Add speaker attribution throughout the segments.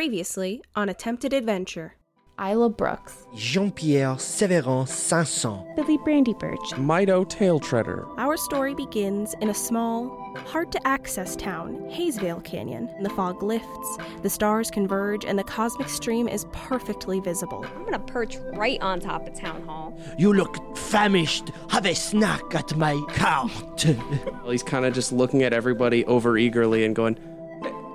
Speaker 1: Previously on Attempted Adventure.
Speaker 2: Isla Brooks,
Speaker 3: Jean-Pierre Severin Sanson.
Speaker 4: Billy Brandy Birch,
Speaker 5: Mido Tail Treader,
Speaker 1: Our story begins in a small, hard to access town, Hayesvale Canyon. The fog lifts, the stars converge, and the cosmic stream is perfectly visible.
Speaker 6: I'm gonna perch right on top of town hall.
Speaker 3: You look famished. Have a snack at my cart.
Speaker 5: Well, he's kind of just looking at everybody over eagerly and going,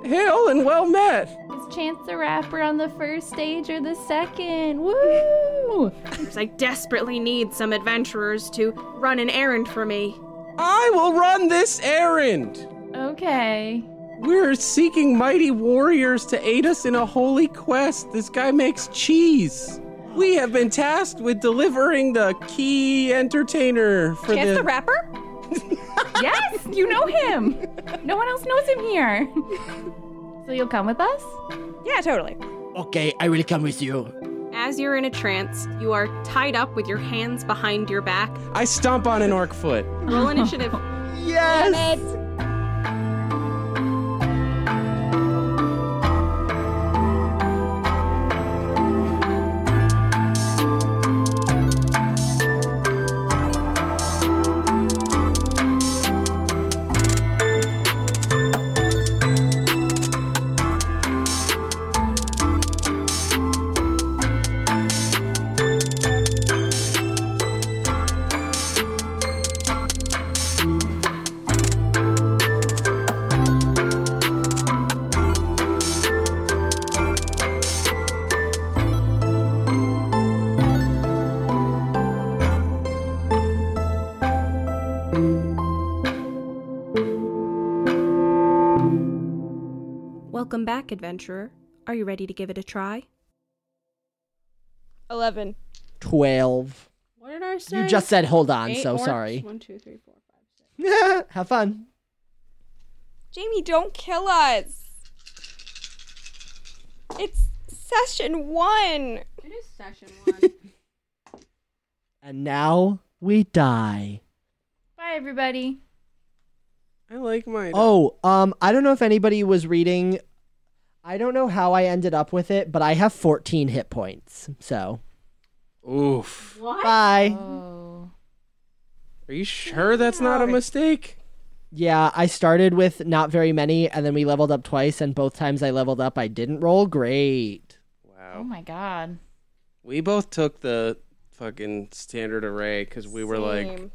Speaker 5: Hail and well met.
Speaker 2: is Chance the Rapper on the first stage or the second? Woo!
Speaker 1: I desperately need some adventurers to run an errand for me.
Speaker 5: I will run this errand.
Speaker 2: Okay.
Speaker 5: We're seeking mighty warriors to aid us in a holy quest. This guy makes cheese. We have been tasked with delivering the key entertainer for
Speaker 6: Chance
Speaker 5: the.
Speaker 6: the rapper?
Speaker 2: Yes, you know him. No one else knows him here. So you'll come with us?
Speaker 6: Yeah, totally.
Speaker 3: okay, I will come with you.
Speaker 1: As you're in a trance, you are tied up with your hands behind your back.
Speaker 5: I stomp on an orc foot.
Speaker 1: Roll initiative.
Speaker 3: Yes.
Speaker 1: Welcome back, adventurer. Are you ready to give it a try?
Speaker 6: Eleven.
Speaker 3: Twelve.
Speaker 1: What did I say?
Speaker 3: You just said hold on, so sorry.
Speaker 1: One, two, three, four, five, six.
Speaker 3: Have fun.
Speaker 6: Jamie, don't kill us. It's session one.
Speaker 1: It is session one.
Speaker 3: And now we die.
Speaker 2: Bye, everybody.
Speaker 5: I like my.
Speaker 3: Oh, um, I don't know if anybody was reading. I don't know how I ended up with it, but I have 14 hit points. So,
Speaker 5: Oof.
Speaker 3: bye.
Speaker 2: Oh.
Speaker 5: Are you sure that's not a mistake?
Speaker 3: Yeah, I started with not very many, and then we leveled up twice, and both times I leveled up, I didn't roll great.
Speaker 2: Oh
Speaker 5: Wow.
Speaker 2: my god.
Speaker 5: We both took the fucking standard array because we were like.
Speaker 6: Same.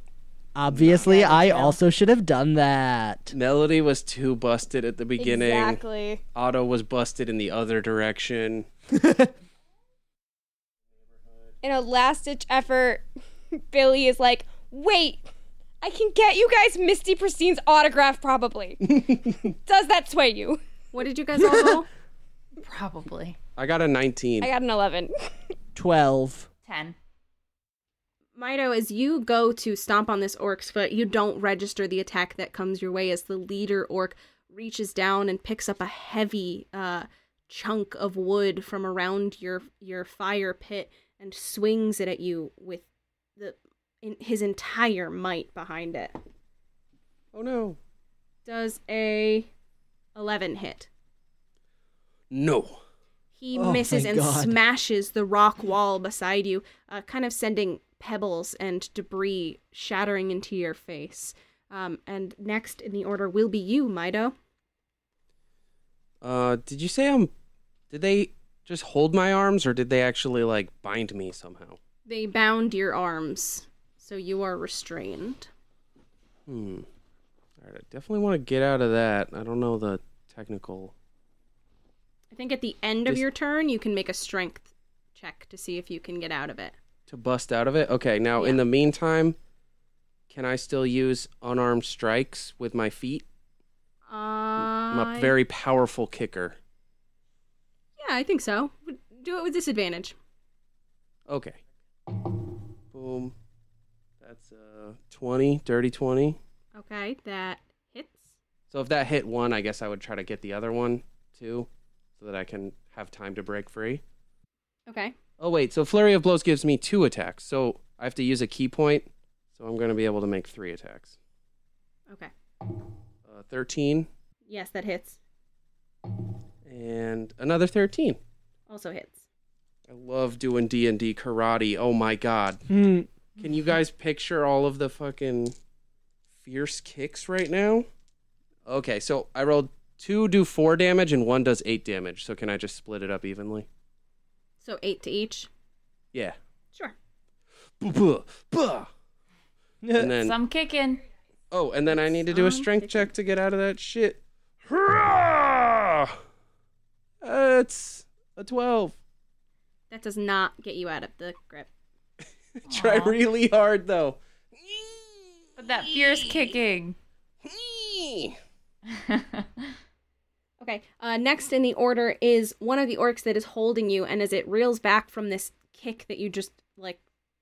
Speaker 3: Obviously, I also should have done that.
Speaker 5: Melody was too busted at the beginning.
Speaker 6: Exactly.
Speaker 5: Otto was busted in the other direction.
Speaker 6: In a last ditch effort, Billy is like, wait, I can get you guys Misty Pristine's autograph probably. Does that sway you?
Speaker 1: What did you guys all roll?
Speaker 2: Probably.
Speaker 5: I got a 19.
Speaker 6: I got an eleven.
Speaker 3: 12.
Speaker 2: 10.
Speaker 1: Mido, as you go to stomp on this orc's foot, you don't register the attack that comes your way as the leader orc reaches down and picks up a heavy uh, chunk of wood from around your your fire pit and swings it at you with the in his entire might behind it.
Speaker 5: oh no.
Speaker 1: Does a eleven hit?
Speaker 5: No.
Speaker 1: He
Speaker 3: Oh,
Speaker 1: misses and
Speaker 3: thank God.
Speaker 1: smashes the rock wall beside you, uh, kind of sending pebbles and debris shattering into your face. Um, and next in the order will be you, Mido.
Speaker 5: Uh, did you say I'm. Did they just hold my arms or did they actually, like, bind me somehow?
Speaker 1: They bound your arms, so you are restrained.
Speaker 5: Hmm. Alright, I definitely want to get out of that. I don't know the technical.
Speaker 1: I think at the end of
Speaker 5: This-
Speaker 1: your turn, you can make a strength check to see if you can get out of it.
Speaker 5: To bust out of it? Okay, now in
Speaker 1: Yeah.
Speaker 5: the meantime, can I still use unarmed strikes with my feet?
Speaker 1: Uh,
Speaker 5: I'm a very powerful kicker.
Speaker 1: yeah, I think so. Would- Do it with disadvantage.
Speaker 5: Okay. Boom. That's uh 20, dirty 20.
Speaker 1: Okay, that hits.
Speaker 5: So if that hit one, I guess I would try to get the other one too so that I can have time to break free.
Speaker 1: Okay.
Speaker 5: Oh wait, so flurry of blows gives me two attacks. So I have to use a key point. So I'm going to be able to make three attacks.
Speaker 1: Okay.
Speaker 5: Uh 13
Speaker 1: Yes, that hits.
Speaker 5: and another 13.
Speaker 1: Also hits.
Speaker 5: I love doing D&D karate. Oh my god.
Speaker 3: Hmm.
Speaker 5: Can you guys picture all of the fucking fierce kicks right now? Okay, so I rolled two do 4 damage and one does 8 damage. So can I just split it up evenly?
Speaker 1: So eight to each.
Speaker 5: Yeah.
Speaker 1: Sure.
Speaker 5: Buh, buh, buh. And then
Speaker 2: Some kicking.
Speaker 5: Oh, and then I need to do a
Speaker 1: Some
Speaker 5: strength
Speaker 1: kicking.
Speaker 5: check to get out of that shit. Hurrah! Uh, it's a 12.
Speaker 1: That does not get you out of the grip.
Speaker 5: Try really hard though.
Speaker 2: But that fierce kicking.
Speaker 1: Okay. Uh, next in the order is one of the orcs that is holding you, and as it reels back from this kick that you just like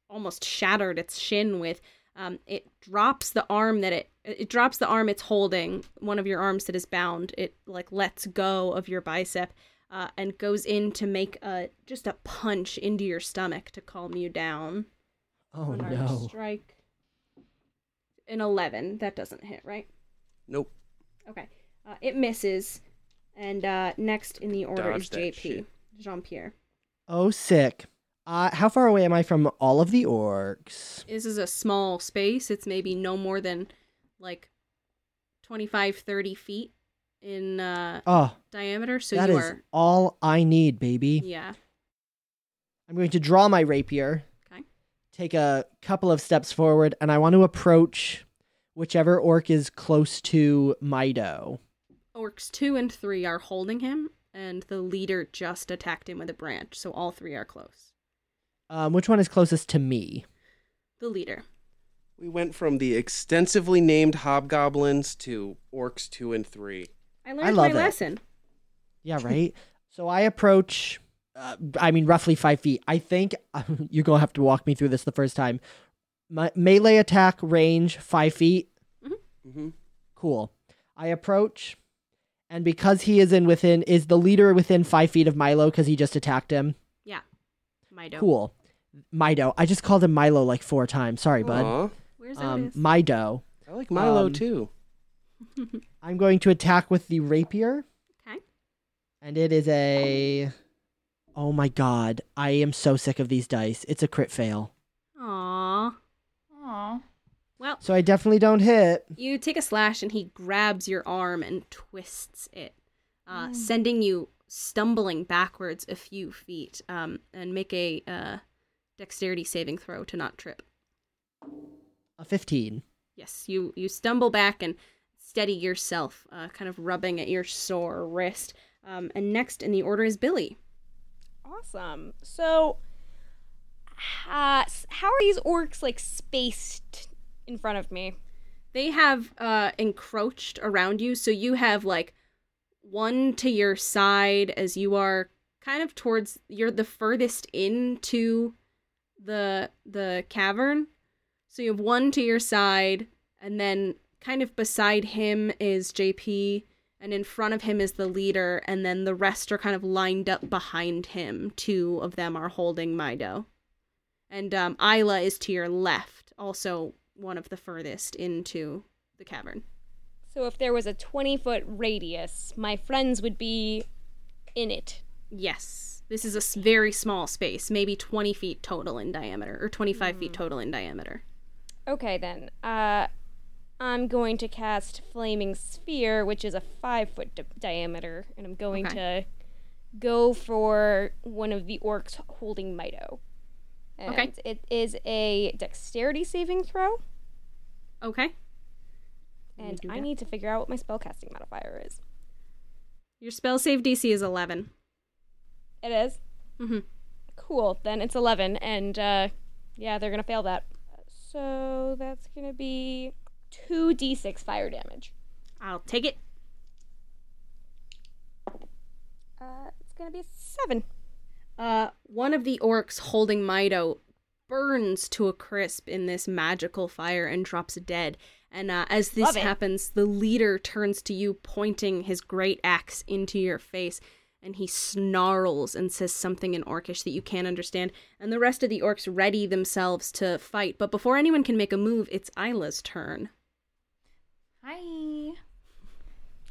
Speaker 1: almost shattered its shin with, um, it drops the arm that it it drops the arm it's holding, one of your arms that is bound. It like lets go of your bicep. Uh, and goes in to make a just a punch into your stomach to calm you down.
Speaker 3: Oh
Speaker 1: Unarmed
Speaker 3: no.
Speaker 1: Strike. An eleven. That doesn't hit, right?
Speaker 5: Nope.
Speaker 1: Okay. Uh, it misses. And uh, next in the order
Speaker 5: Dodge
Speaker 1: is
Speaker 5: that
Speaker 1: JP,
Speaker 5: shit.
Speaker 1: Jean Pierre.
Speaker 3: Oh, sick. Uh, how far away am I from all of the orcs?
Speaker 1: This is a small space. It's maybe no more than like 25, 30 feet in uh,
Speaker 3: Oh,
Speaker 1: diameter. So
Speaker 3: that
Speaker 1: you
Speaker 3: is
Speaker 1: are.
Speaker 3: all I need, baby.
Speaker 1: Yeah.
Speaker 3: I'm going to draw my rapier,
Speaker 1: Okay.
Speaker 3: take a couple of steps forward, and I want to approach whichever orc is close to Mido.
Speaker 1: Orcs 2 and 3 are holding him, and the leader just attacked him with a branch. So all three are close.
Speaker 3: Um, which one is closest to me?
Speaker 1: The leader.
Speaker 5: We went from the extensively named hobgoblins to orcs 2 and 3.
Speaker 1: I learned
Speaker 3: love
Speaker 1: my
Speaker 3: it.
Speaker 1: lesson.
Speaker 3: Yeah, right? so I approach, uh, I mean, roughly five feet. I think you're going to have to walk me through this the first time. My melee attack range, five feet.
Speaker 5: Mm-hmm.
Speaker 3: Cool. I approach, and because he is in within, is the leader within five feet of Milo because he just attacked him?
Speaker 1: Yeah. Mido.
Speaker 3: Cool. Mido. I just called him Milo like four times. Sorry, bud.
Speaker 5: Aw,
Speaker 1: Where's
Speaker 3: Um,
Speaker 1: Otis?
Speaker 3: Mido.
Speaker 5: I like Milo
Speaker 3: Um,
Speaker 5: too.
Speaker 3: I'm going to attack with the rapier,
Speaker 1: Okay.
Speaker 3: and it is a. Oh my god. I am so sick of these dice. It's a crit fail.
Speaker 1: Aww.
Speaker 2: Aw.
Speaker 1: Well,
Speaker 3: So I definitely don't hit.
Speaker 1: You take a slash and he grabs your arm and twists it, uh, sending you stumbling backwards a few feet. Um, and make a uh, dexterity saving throw to not trip.
Speaker 3: A 15.
Speaker 1: Yes, you you stumble back and steady yourself, uh, kind of rubbing at your sore wrist. Um, and next in the order is Billy.
Speaker 6: Awesome. So, uh, s- how are these orcs like spaced in front of me?
Speaker 1: They have uh, encroached around you, so you have like one to your side as you are kind of towards you're the furthest into the the cavern. So you have one to your side and then kind of beside him is JP and in front of him is the leader and then the rest are kind of lined up behind him. Two of them are holding Mido. And um Isla is to your left, also one of the furthest into the cavern.
Speaker 6: So, if there was a 20 foot radius, my friends would be in it.
Speaker 1: Yes. This is a s- very small space, maybe 20 feet total in diameter, or 25 feet total in diameter.
Speaker 6: Okay, then. Uh, I'm going to cast Flaming Sphere, which is a five foot di- diameter, and I'm going to go for one of the orcs holding Mido. And
Speaker 1: Okay.
Speaker 6: It is a dexterity saving throw,
Speaker 1: Okay. me
Speaker 6: and
Speaker 1: do
Speaker 6: I
Speaker 1: that.
Speaker 6: need to figure out what my spellcasting modifier is.
Speaker 1: Your spell save DC is 11.
Speaker 6: It is?
Speaker 1: Mhm.
Speaker 6: Cool. Then it's 11, and uh, yeah, they're going to fail that. So that's going to be 2d6 fire damage.
Speaker 1: I'll take it.
Speaker 6: Uh, it's going to be a 7.
Speaker 1: Uh, one of the orcs holding Mido burns to a crisp in this magical fire and drops dead. And uh, as this
Speaker 6: Love it.
Speaker 1: happens, the leader turns to you, pointing his great axe into your face. And he snarls and says something in orcish that you can't understand. And the rest of the orcs ready themselves to fight. But before anyone can make a move, it's Isla's turn.
Speaker 2: Hi.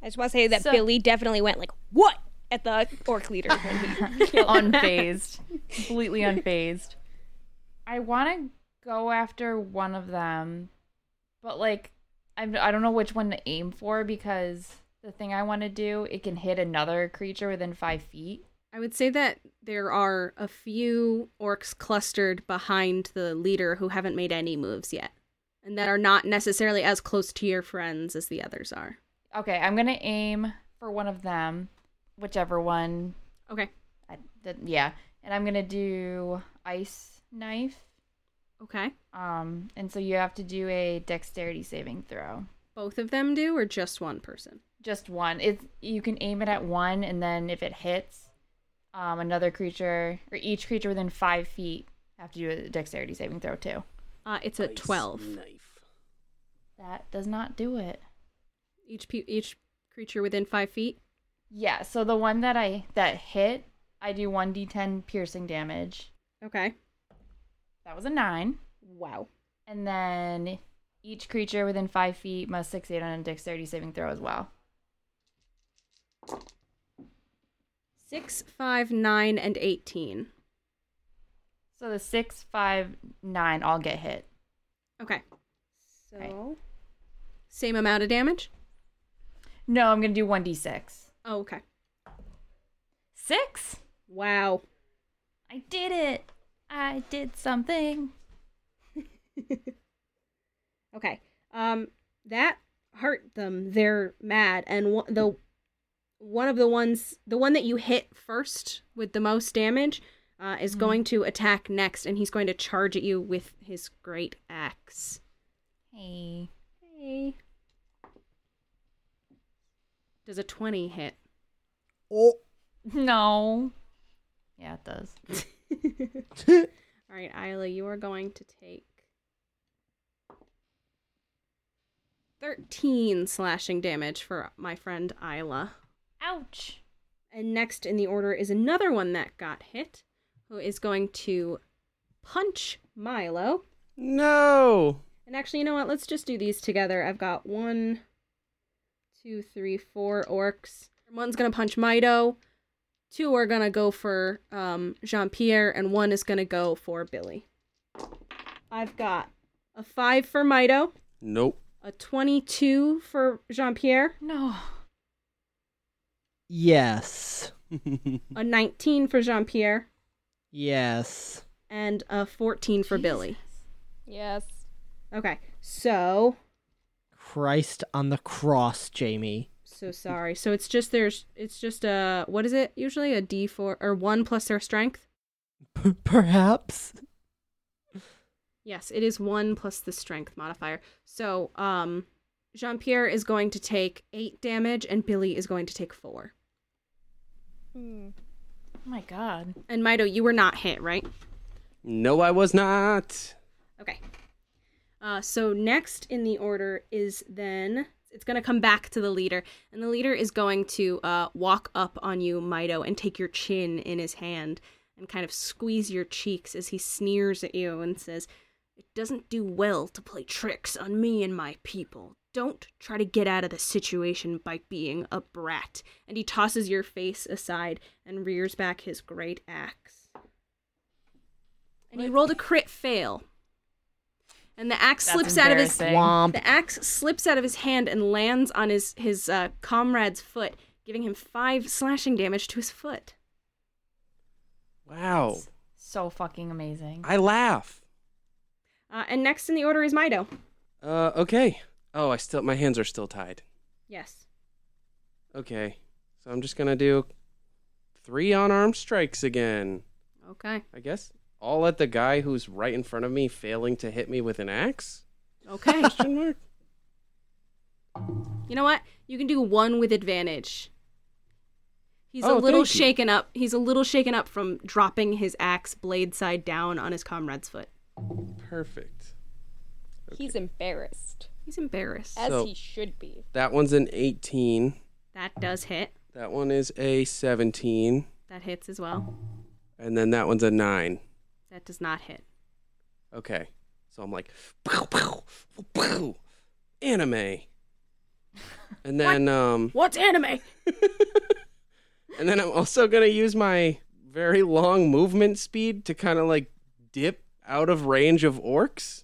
Speaker 6: I just want to say that
Speaker 2: So-
Speaker 6: Billy definitely went like, "What?" at the orc leader. when he-
Speaker 2: unfazed, completely unfazed. I want to go after one of them, but like I'm, I don't know which one to aim for because the thing I want to do it can hit another creature within five feet.
Speaker 1: I would say that there are a few orcs clustered behind the leader who haven't made any moves yet and that are not necessarily as close to your friends as the others are.
Speaker 2: Okay, I'm gonna aim for one of them, whichever one.
Speaker 1: Okay.
Speaker 2: I, that yeah, and I'm gonna do ice knife.
Speaker 1: Okay.
Speaker 2: Um, and so you have to do a dexterity saving throw.
Speaker 1: Both of them do or just one person?
Speaker 2: just one. It's you can aim it at one, and then if it hits, um, another creature or each creature within five feet have to do a dexterity saving throw too.
Speaker 1: Uh, it's a 12.
Speaker 2: That does not do it.
Speaker 1: Each pe- each creature within 5 feet.
Speaker 2: Yeah, so the one that I that hit, I do one d10 piercing damage.
Speaker 1: Okay.
Speaker 2: That was a nine,
Speaker 1: Wow.
Speaker 2: and then each creature within five feet must succeed on a dexterity saving throw as well.
Speaker 1: Six, five, nine, and 18.
Speaker 2: So the six, five, nine all get hit.
Speaker 1: Okay.
Speaker 6: so
Speaker 2: Right.
Speaker 1: Same amount of damage?
Speaker 2: No, I'm gonna do one d6.
Speaker 1: Oh, okay.
Speaker 2: Six.
Speaker 1: Wow.
Speaker 2: I did it. I did something.
Speaker 1: Okay. Um, that hurt them. They're mad, and one, the one of the ones, the one that you hit first with the most damage, uh, is going to attack next, and he's going to charge at you with his great axe.
Speaker 2: Hey.
Speaker 1: Hey. Does a twenty hit?
Speaker 3: Oh,
Speaker 2: No. Yeah, it does.
Speaker 1: All right, Isla, you are going to take thirteen slashing damage for my friend Isla.
Speaker 2: Ouch.
Speaker 1: And next in the order is another one that got hit, who is going to punch Milo.
Speaker 5: No.
Speaker 1: And actually, you know what? Let's just do these together. I've got one, two, three, four orcs. One's gonna punch Mido. Two are gonna go for um, Jean Pierre, and one is gonna go for Billy. I've got a five for Mido,
Speaker 5: Nope.
Speaker 1: a twenty-two for Jean Pierre,
Speaker 2: No.
Speaker 3: yes,
Speaker 1: a nineteen for Jean Pierre,
Speaker 3: yes.
Speaker 1: and a fourteen for Billy.
Speaker 6: yes.
Speaker 1: Okay, so
Speaker 3: Christ on the cross, Jamie.
Speaker 1: so sorry. So it's just there's it's just a what is it usually a D four or one plus their strength?
Speaker 3: P- perhaps.
Speaker 1: Yes, it is one plus the strength modifier. So um, Jean Pierre is going to take eight damage, and Billy is going to take four.
Speaker 6: Hmm.
Speaker 2: Oh my god.
Speaker 1: And Mido, you were not hit, right?
Speaker 5: No, I was not.
Speaker 1: Okay. Uh, so next in the order is then it's going to come back to the leader, and the leader is going to uh, walk up on you, Mido, and take your chin in his hand and kind of squeeze your cheeks as he sneers at you and says, "It doesn't do well to play tricks on me and my people. Don't try to get out of the situation by being a brat." And he tosses your face aside and rears back his great axe. And he rolled a crit fail. And the axe
Speaker 2: That's
Speaker 1: slips out of his
Speaker 2: embarrassing.
Speaker 3: Womp.
Speaker 1: the axe slips out of his hand and lands on his his uh, comrade's foot, giving him five slashing damage to his foot.
Speaker 5: Wow.
Speaker 2: So fucking amazing.
Speaker 5: I laugh.
Speaker 1: Uh, and next in the order is Mido.
Speaker 5: Uh, okay. Oh, I still my hands are still tied.
Speaker 1: Yes.
Speaker 5: Okay. So I'm just gonna do three unarmed strikes again.
Speaker 1: Okay.
Speaker 5: I guess all at the guy who's right in front of me, failing to hit me with an axe.
Speaker 1: Okay.
Speaker 5: Question mark.
Speaker 1: you know what? You can do one with advantage. He's a
Speaker 5: Oh,
Speaker 1: little
Speaker 5: thank you.
Speaker 1: shaken up. He's a little shaken up from dropping his axe blade side down on his comrade's foot.
Speaker 5: Perfect.
Speaker 6: He's embarrassed,
Speaker 1: He's embarrassed.
Speaker 6: as
Speaker 5: So-
Speaker 6: he should be.
Speaker 5: That one's an 18.
Speaker 1: That does hit.
Speaker 5: That one is a 17,
Speaker 1: That hits as well.
Speaker 5: and then that one's a nine.
Speaker 1: That does not hit.
Speaker 5: Okay. So I'm like, pow, pow, pow, anime. And then, um,
Speaker 1: What's anime?
Speaker 5: And then I'm also going to use my very long movement speed to kind of like dip out of range of orcs.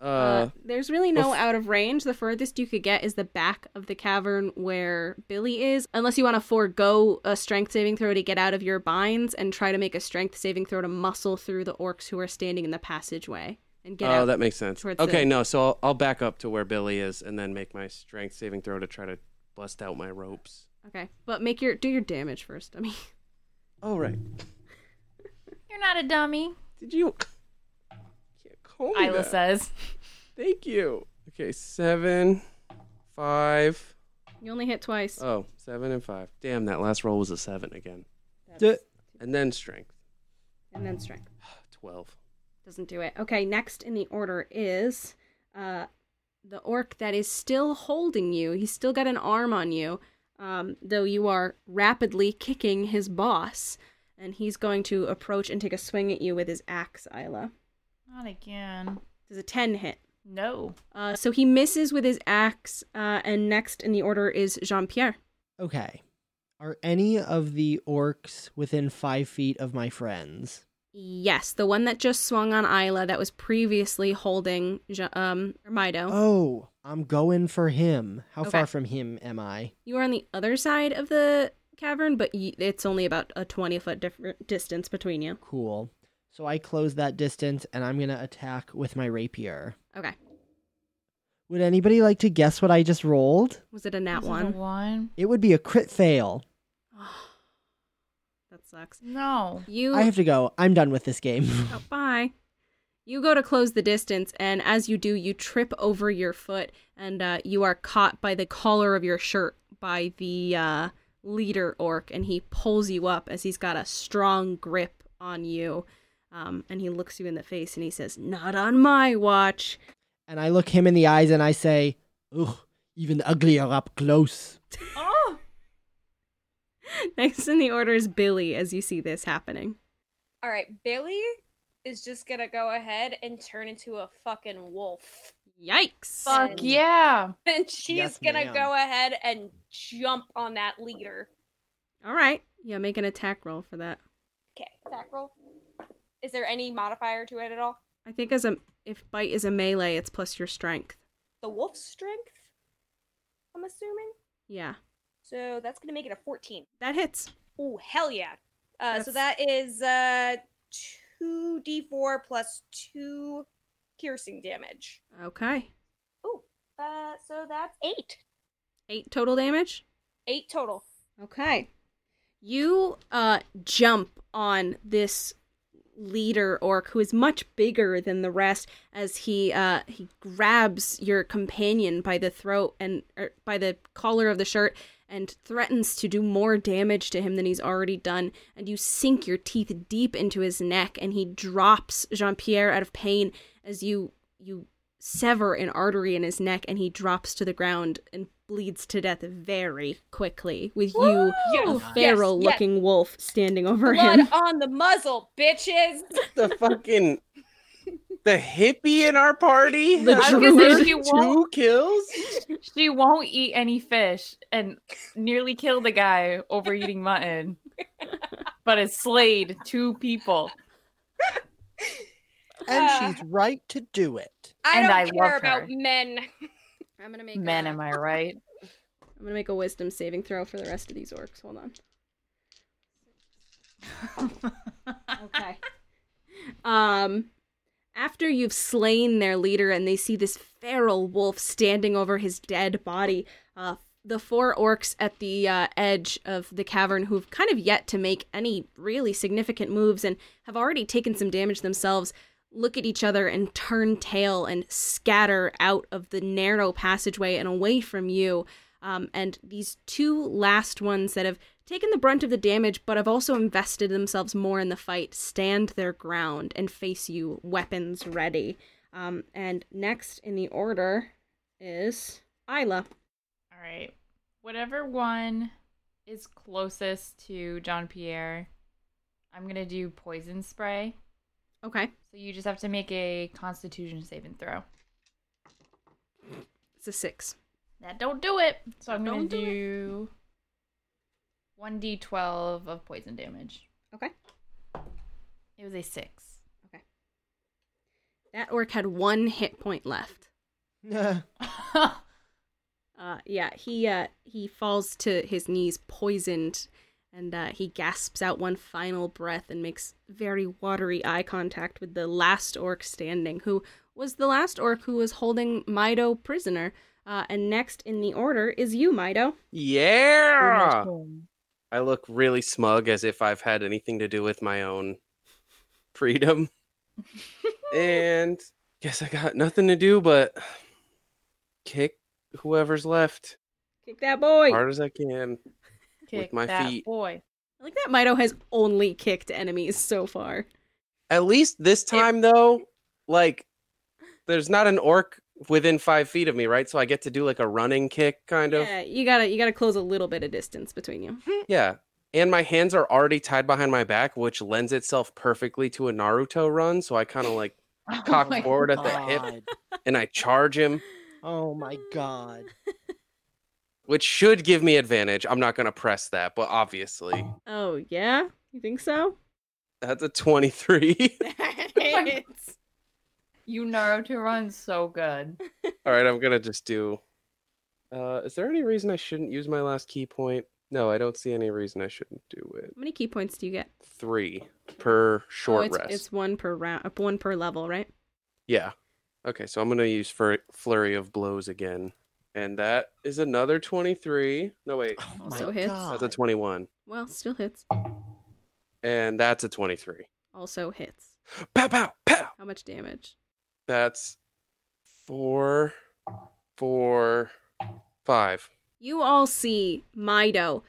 Speaker 5: Uh,
Speaker 1: Uh, there's really no
Speaker 5: bef-
Speaker 1: out of range. The furthest you could get is the back of the cavern where Billy is, unless you want to forego a strength saving throw to get out of your binds and try to make a strength saving throw to muscle through the orcs who are standing in the passageway and get
Speaker 5: oh,
Speaker 1: out.
Speaker 5: that makes sense.
Speaker 1: towards
Speaker 5: Okay,
Speaker 1: the-
Speaker 5: no, so I'll, I'll back up to where Billy is and then make my strength saving throw to try to bust out my ropes.
Speaker 1: okay, but make your do your damage first. I mean,
Speaker 5: Oh, right.
Speaker 2: You're not a dummy,
Speaker 5: Did you. Can't call me
Speaker 2: Isla
Speaker 5: that.
Speaker 2: says.
Speaker 5: Thank you. Okay, seven, five.
Speaker 1: you only hit twice.
Speaker 5: Oh, seven and five. Damn, that last roll was a seven again.
Speaker 3: D-
Speaker 5: And then strength,
Speaker 1: and then strength
Speaker 5: 12.
Speaker 1: doesn't do it. Okay, next in the order is uh the orc that is still holding you. He's still got an arm on you. Um though you are rapidly kicking his boss and he's going to approach and take a swing at you with his axe, Isla.
Speaker 2: Not again.
Speaker 1: Does a 10 hit?
Speaker 2: No.
Speaker 1: Uh, so he misses with his axe, uh, and next in the order is Jean Pierre.
Speaker 3: okay. Are any of the orcs within five feet of my friends?
Speaker 1: Yes, the one that just swung on Isla that was previously holding Je- um, Mido.
Speaker 3: Oh, I'm going for him. How
Speaker 1: Okay.
Speaker 3: far from him am I?
Speaker 1: You are on the other side of the cavern, but y- it's only about a 20 foot different distance between you.
Speaker 3: Cool. So I close that distance and I'm going to attack with my rapier.
Speaker 1: Okay.
Speaker 3: Would anybody like to guess what I just rolled?
Speaker 1: Was it a nat
Speaker 2: This is a
Speaker 1: one?
Speaker 2: one.
Speaker 3: It would be a crit fail.
Speaker 1: That sucks.
Speaker 2: No.
Speaker 1: You.
Speaker 3: I have to go. I'm done with this game.
Speaker 1: Oh, bye. You go to close the distance, and as you do, you trip over your foot, and uh, you are caught by the collar of your shirt by the uh, leader orc, and he pulls you up as he's got a strong grip on you. Um, and he looks you in the face and he says, Not on my watch.
Speaker 3: and I look him in the eyes and I say, Ugh, even uglier up close.
Speaker 2: Oh.
Speaker 1: Next in the order is Billy as you see this happening.
Speaker 6: All right, Billy is just gonna go ahead and turn into a fucking wolf,
Speaker 1: Yikes.
Speaker 2: Fuck
Speaker 6: And-
Speaker 2: yeah.
Speaker 6: and she's
Speaker 3: Yes,
Speaker 6: gonna
Speaker 3: ma'am.
Speaker 6: go ahead and jump on that leader.
Speaker 1: All right. Yeah, make an attack roll for that.
Speaker 6: Okay, attack roll. Is there any modifier to it at all?
Speaker 1: I think as a if bite is a melee, it's plus your strength.
Speaker 6: The wolf's strength. I'm assuming.
Speaker 1: Yeah.
Speaker 6: So that's gonna make it a 14.
Speaker 1: That hits.
Speaker 6: Oh hell yeah! Uh, so
Speaker 1: That's-
Speaker 6: that is uh two d4 plus two piercing damage.
Speaker 1: Okay.
Speaker 6: Oh, uh, so that's eight.
Speaker 1: 8 total damage.
Speaker 6: Eight total.
Speaker 1: Okay. You uh jump on this leader orc who is much bigger than the rest as he uh he grabs your companion by the throat and er, by the collar of the shirt and threatens to do more damage to him than he's already done and you sink your teeth deep into his neck and he drops Jean-Pierre out of pain as you you sever an artery in his neck and he drops to the ground and bleeds to death very quickly with you a
Speaker 6: Yes,
Speaker 1: feral
Speaker 6: yes.
Speaker 1: looking wolf standing over
Speaker 6: Blood
Speaker 1: him.
Speaker 6: on the muzzle, bitches.
Speaker 5: The fucking. The hippie in our party
Speaker 1: The
Speaker 5: has
Speaker 2: I was gonna say,
Speaker 5: first
Speaker 2: she
Speaker 5: two
Speaker 2: won't-
Speaker 5: kills.
Speaker 2: She won't eat any fish and nearly killed a guy over eating mutton, but has slayed two people.
Speaker 6: Ah.
Speaker 3: And she's right to do it.
Speaker 6: I
Speaker 2: And
Speaker 6: don't
Speaker 2: I
Speaker 6: care
Speaker 2: love
Speaker 6: about
Speaker 2: her.
Speaker 6: men.
Speaker 1: I'm gonna make
Speaker 2: Men,
Speaker 1: a,
Speaker 2: am I right?
Speaker 1: I'm gonna make a wisdom saving throw for the rest of these orcs. Hold on. Okay. um after you've slain their leader and they see this feral wolf standing over his dead body, uh the four orcs at the uh, edge of the cavern who've kind of yet to make any really significant moves and have already taken some damage themselves look at each other and turn tail and scatter out of the narrow passageway and away from you. Um, and these two last ones that have taken the brunt of the damage but have also invested themselves more in the fight stand their ground and face you, weapons ready. Um, and next in the order is Isla.
Speaker 2: All right. Whatever one is closest to John Pierre, I'm going to do poison spray.
Speaker 1: Okay.
Speaker 2: So you just have to make a constitution saving throw.
Speaker 1: It's a six.
Speaker 2: That don't do it. So I'm
Speaker 1: Don't
Speaker 2: going to
Speaker 1: do it.
Speaker 2: do one d twelve of poison damage.
Speaker 1: Okay.
Speaker 2: It was a six.
Speaker 1: That orc had one hit point left. Uh, yeah, he uh, he falls to his knees, poisoned, and uh, he gasps out one final breath and makes very watery eye contact with the last orc standing, who was the last orc who was holding Mido prisoner. Uh, and next in the order is you, Mido.
Speaker 5: Yeah. I look really smug as if I've had anything to do with my own freedom. and guess I got nothing to do but kick whoever's left
Speaker 1: Kick that boy.
Speaker 5: hard as I can.
Speaker 2: Kick
Speaker 5: my
Speaker 2: that
Speaker 5: feet.
Speaker 2: boy.
Speaker 1: I like that Mido has only kicked enemies so far.
Speaker 5: At least this time, though, like, there's not an orc within five feet of me, right? So I get to do like a running kick, kind of.
Speaker 1: Yeah, you gotta you gotta close a little bit of distance between you.
Speaker 5: Yeah. And my hands are already tied behind my back, which lends itself perfectly to a Naruto run. So I kind of like
Speaker 1: Oh
Speaker 5: cock
Speaker 2: Oh my
Speaker 5: forward at the hip
Speaker 3: God.
Speaker 5: and I charge him,
Speaker 3: Oh my god.
Speaker 5: which should give me advantage. I'm not going to press that, but obviously
Speaker 1: Oh yeah, you think so?
Speaker 5: that's a 23.
Speaker 1: Hits.
Speaker 2: You Naruto runs so good.
Speaker 5: All right. I'm going to just do. Uh, is there any reason I shouldn't use my last key point? No, I don't see any reason I shouldn't do it.
Speaker 1: How many key points do you get?
Speaker 5: Three per short
Speaker 1: oh, it's,
Speaker 5: rest.
Speaker 1: It's one per round, up one per level, right?
Speaker 5: Yeah. Okay, so I'm gonna use fur- flurry of blows again, and that is another 23. No wait,
Speaker 3: Oh
Speaker 1: Also hits.
Speaker 5: that's a 21,
Speaker 1: Well, still hits.
Speaker 5: and that's a 23.
Speaker 1: Also hits.
Speaker 5: Pow pow pow.
Speaker 1: How much damage?
Speaker 5: That's four, four, five.
Speaker 1: You all see Mido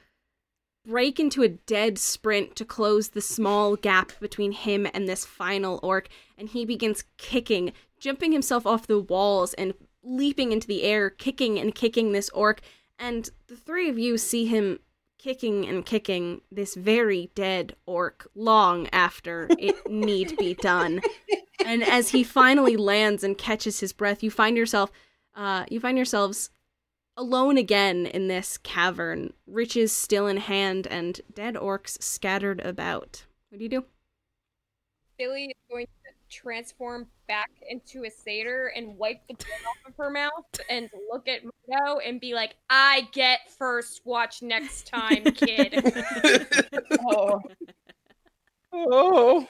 Speaker 1: break into a dead sprint to close the small gap between him and this final orc, and he begins kicking, jumping himself off the walls and leaping into the air, kicking and kicking this orc. And the three of you see him kicking and kicking this very dead orc long after it need be done. And as he finally lands and catches his breath, you find yourself, uh, you find yourselves alone again in this cavern, riches still in hand, and dead orcs scattered about. What do you do?
Speaker 6: Billy is going to transform back into a satyr and wipe the blood off of her mouth and look at Mito and be like, I get first watch next time, kid.
Speaker 2: Oh,
Speaker 5: oh.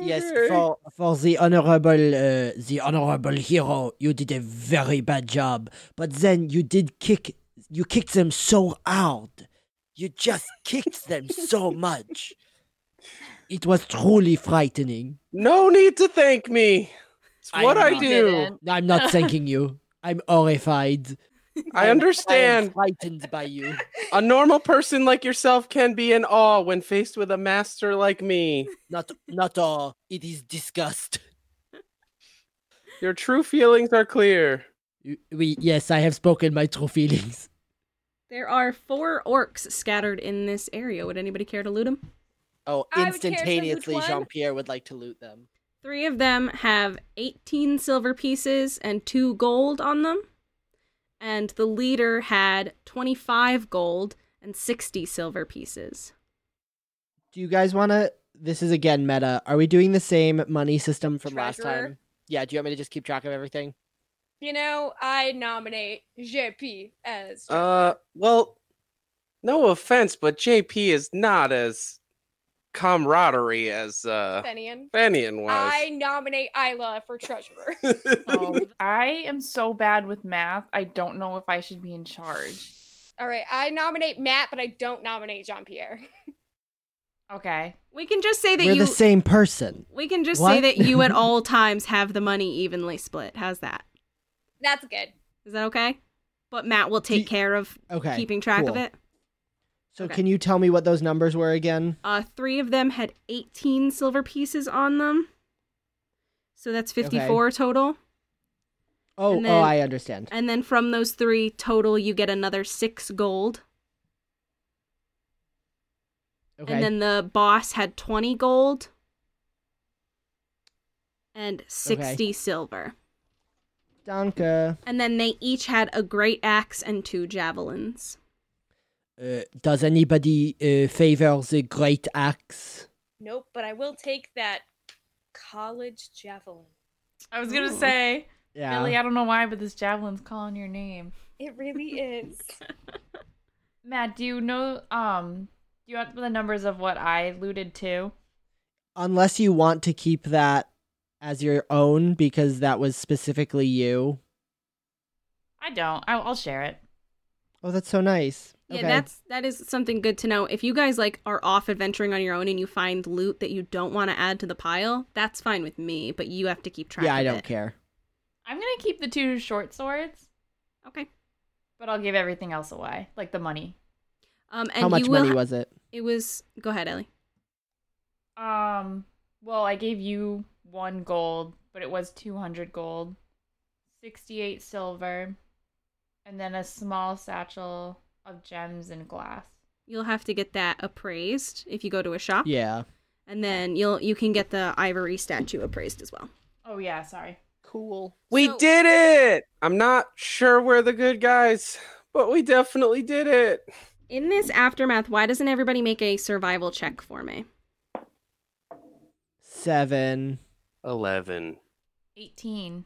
Speaker 3: Yes,
Speaker 5: okay.
Speaker 3: for for the honorable uh, the honorable hero, you did a very bad job. But then you did kick you kicked them so hard. You just kicked them so much. It was truly frightening.
Speaker 5: No need to thank me. It's
Speaker 3: I
Speaker 5: what I,
Speaker 3: know.
Speaker 5: do.
Speaker 2: didn't.
Speaker 3: I'm not thanking you. I'm horrified.
Speaker 5: I
Speaker 3: I am
Speaker 5: understand.
Speaker 3: frightened by you.
Speaker 5: A normal person like yourself can be in awe when faced with a master like me.
Speaker 3: Not not all. It is disgust.
Speaker 5: Your true feelings are clear.
Speaker 3: You- We yes, I have spoken my true feelings.
Speaker 1: There are four orcs scattered in this area. Would anybody care to loot them?
Speaker 3: Oh,
Speaker 6: I would care to loot
Speaker 3: instantaneously,
Speaker 6: one.
Speaker 3: Jean Pierre would like to loot them.
Speaker 1: Three of them have 18 silver pieces and two gold on them. And the leader had 25 gold and 60 silver pieces.
Speaker 3: Do you guys want to? This is again meta. Are we doing the same money system from last
Speaker 6: Treasurer.
Speaker 3: time? Yeah. Do you want me to just keep track of everything?
Speaker 6: you know, I nominate JP as.
Speaker 5: Uh, well, no offense, but JP is not as camaraderie as uh
Speaker 6: Fenian.
Speaker 5: Fenian was.
Speaker 6: I nominate Isla for treasurer.
Speaker 2: oh. I am so bad with math. I don't know if I should be in charge.
Speaker 6: All right, I nominate Matt, but I don't nominate Jean Pierre.
Speaker 2: Okay.
Speaker 1: We can just say that
Speaker 3: We're
Speaker 1: you.
Speaker 3: the same person.
Speaker 1: we can just say
Speaker 3: What?
Speaker 1: that you at all times have the money evenly split. How's that?
Speaker 6: That's good.
Speaker 1: Is that okay? But Matt will
Speaker 3: Do
Speaker 1: take
Speaker 3: you-
Speaker 1: care of
Speaker 3: Okay.
Speaker 1: keeping track of
Speaker 3: cool.
Speaker 1: it.
Speaker 3: So
Speaker 1: okay.
Speaker 3: can you tell me what those numbers were again?
Speaker 1: Uh, three of them had 18 silver pieces on them. So that's 54 total.
Speaker 3: Oh,
Speaker 1: And
Speaker 3: oh,
Speaker 1: then-
Speaker 3: I understand.
Speaker 1: And then from those three total, you get another six gold.
Speaker 3: Okay.
Speaker 1: And then the boss had 20 gold and 60 silver.
Speaker 3: Donka.
Speaker 1: And then they each had a great axe and two javelins.
Speaker 3: Uh, does anybody uh, favor the great axe?
Speaker 4: Nope, but I will take that college javelin.
Speaker 2: I was gonna say, Billy, I don't know why, but this javelin's calling your name.
Speaker 4: It really is.
Speaker 2: Matt, do you know um do you want the numbers of what I looted to?
Speaker 3: Unless you want to keep that as your own because that was specifically you.
Speaker 2: I don't. I'll, I'll share it.
Speaker 3: Oh, that's so nice.
Speaker 1: Yeah,
Speaker 3: Okay.
Speaker 1: that's that is something good to know. If you guys like are off adventuring on your own and you find loot that you don't want to add to the pile, that's fine with me. But you have to keep track.
Speaker 3: yeah. I
Speaker 1: of
Speaker 3: don't
Speaker 1: it.
Speaker 3: care.
Speaker 2: I'm gonna keep the two short swords,
Speaker 1: Okay.
Speaker 2: but I'll give everything else away, like the money.
Speaker 1: Um, and
Speaker 3: How much
Speaker 1: you will
Speaker 3: money
Speaker 1: ha-
Speaker 3: was it?
Speaker 1: it? Was go ahead, Ellie.
Speaker 2: Um, well, I gave you one gold, but it was 200 gold, 68 silver, and then a small satchel of gems and glass.
Speaker 1: You'll have to get that appraised if you go to a shop.
Speaker 3: Yeah.
Speaker 1: And then you'll you can get the ivory statue appraised as well.
Speaker 2: Oh yeah, sorry.
Speaker 4: Cool.
Speaker 5: We
Speaker 1: So-
Speaker 5: did it! I'm not sure we're the good guys, but we definitely did it.
Speaker 1: In this aftermath, why doesn't everybody make a survival check for me?
Speaker 3: Seven.
Speaker 5: 11.
Speaker 2: 18.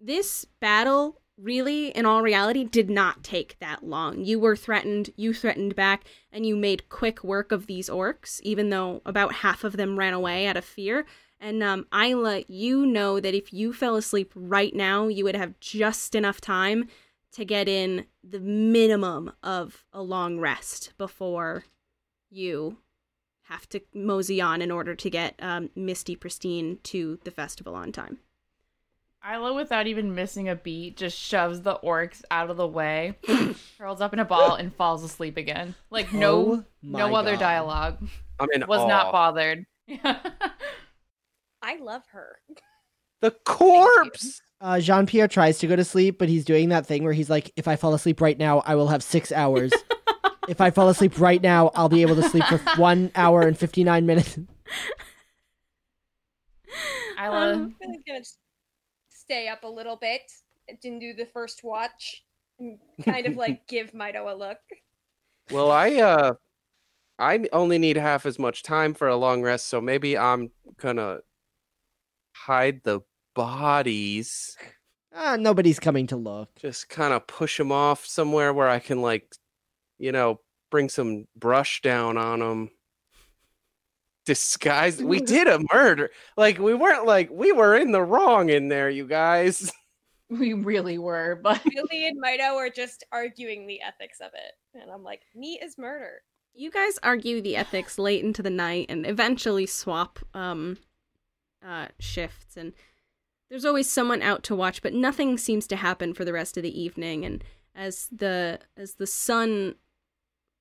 Speaker 1: This battle really in all reality did not take that long. You were threatened, you threatened back, and you made quick work of these orcs, even though about half of them ran away out of fear. And um, Isla, you know that if you fell asleep right now, you would have just enough time to get in the minimum of a long rest before you have to mosey on in order to get um, Misty Pristine to the festival on time.
Speaker 2: Isla, without even missing a beat, just shoves the orcs out of the way, curls up in a ball, and falls asleep again. Like no,
Speaker 3: Oh my
Speaker 2: no other
Speaker 3: God.
Speaker 2: dialogue.
Speaker 5: I'm in
Speaker 2: Was not
Speaker 5: awe.
Speaker 2: bothered.
Speaker 4: I love her.
Speaker 5: The corpse!
Speaker 3: Uh, Jean Pierre tries to go to sleep, but he's doing that thing where he's like, if I fall asleep right now, I will have six hours. if I fall asleep right now, I'll be able to sleep for one hour and 59 minutes.
Speaker 2: Isla,
Speaker 1: Um,
Speaker 4: Billy's gonna just stay up a little bit and do the first watch and kind of like give Mido a look.
Speaker 5: Well, I, uh, I only need half as much time for a long rest, so maybe I'm gonna hide the bodies.
Speaker 3: Ah, nobody's coming to look.
Speaker 5: Just kind of push them off somewhere where I can, like, you know, bring some brush down on them. Disguise. We did a murder. Like, we weren't like, we were in the wrong in there, you guys.
Speaker 2: we really were, but
Speaker 4: Billy and Mido are just arguing the ethics of it. And I'm like, me is murder.
Speaker 1: you guys argue the ethics late into the night and eventually swap um uh shifts and there's always someone out to watch but nothing seems to happen for the rest of the evening and as the as the sun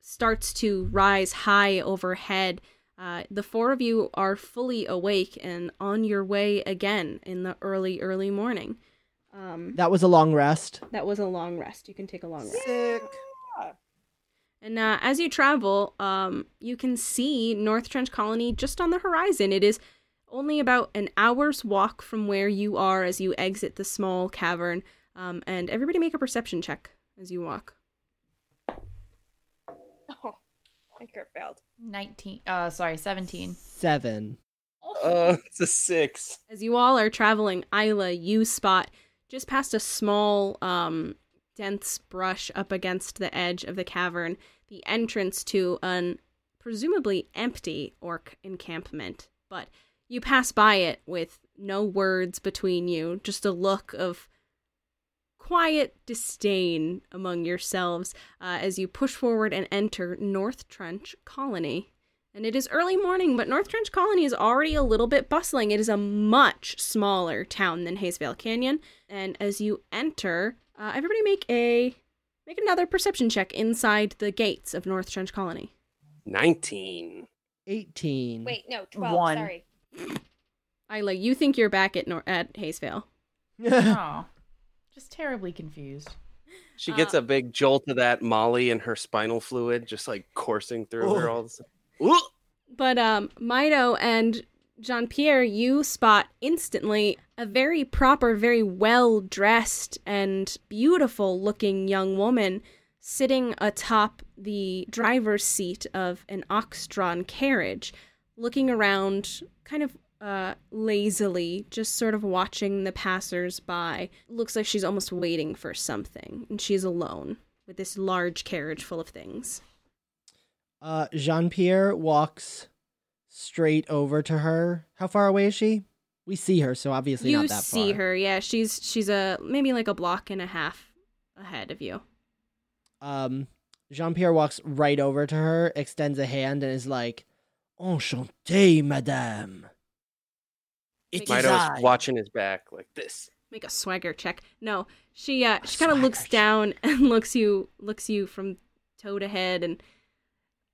Speaker 1: starts to rise high overhead uh, the four of you are fully awake and on your way again in the early early morning um
Speaker 3: That was a long rest.
Speaker 1: that was a long rest you can take a long rest
Speaker 3: Sick.
Speaker 1: And uh, as you travel, um, you can see North Trench Colony just on the horizon. It is only about an hour's walk from where you are as you exit the small cavern. Um, and everybody make a perception check as you walk.
Speaker 4: Oh, I think failed.
Speaker 2: 19. Uh, sorry, 17.
Speaker 3: Seven.
Speaker 5: Uh, it's a six.
Speaker 1: As you all are traveling, Isla, you spot just past a small, um, dense brush up against the edge of the cavern the entrance to an presumably empty orc encampment. But you pass by it with no words between you, just a look of quiet disdain among yourselves uh, as you push forward and enter North Trench Colony. And it is early morning, but North Trench Colony is already a little bit bustling. It is a much smaller town than Hayesvale Canyon. And as you enter, uh, everybody make a make another perception check inside the gates of North Trench Colony.
Speaker 5: 19.
Speaker 3: 18.
Speaker 4: Wait, no, 12.
Speaker 2: One.
Speaker 4: Sorry.
Speaker 1: Isla, you think you're back at Nor- at Hayesvale.
Speaker 2: oh, just terribly confused.
Speaker 5: She gets
Speaker 1: Uh,
Speaker 5: a big jolt of that Molly in her spinal fluid, just like coursing through her
Speaker 3: Oh.
Speaker 5: all this. Ooh!
Speaker 1: But um, Mido and Jean Pierre, you spot instantly a very proper, very well dressed, and beautiful looking young woman sitting atop the driver's seat of an ox-drawn carriage, looking around, kind of uh, lazily, just sort of watching the passers-by. Looks like she's almost waiting for something, and she's alone with this large carriage full of things.
Speaker 3: Uh, Jean Pierre walks straight over to her. How far away is she? We see her, so obviously
Speaker 1: you
Speaker 3: not that
Speaker 1: see
Speaker 3: far.
Speaker 1: her, yeah. She's she's a maybe like a block and a half ahead of you.
Speaker 3: Um, Jean Pierre walks right over to her, extends a hand, and is like, "Enchanté, madame." It is
Speaker 1: Might
Speaker 5: Mido's
Speaker 3: I.
Speaker 5: watching his back like this.
Speaker 1: Make a swagger check. No, she uh
Speaker 3: A
Speaker 1: she kind of looks
Speaker 3: swagger check.
Speaker 1: down and looks you looks you from toe to head and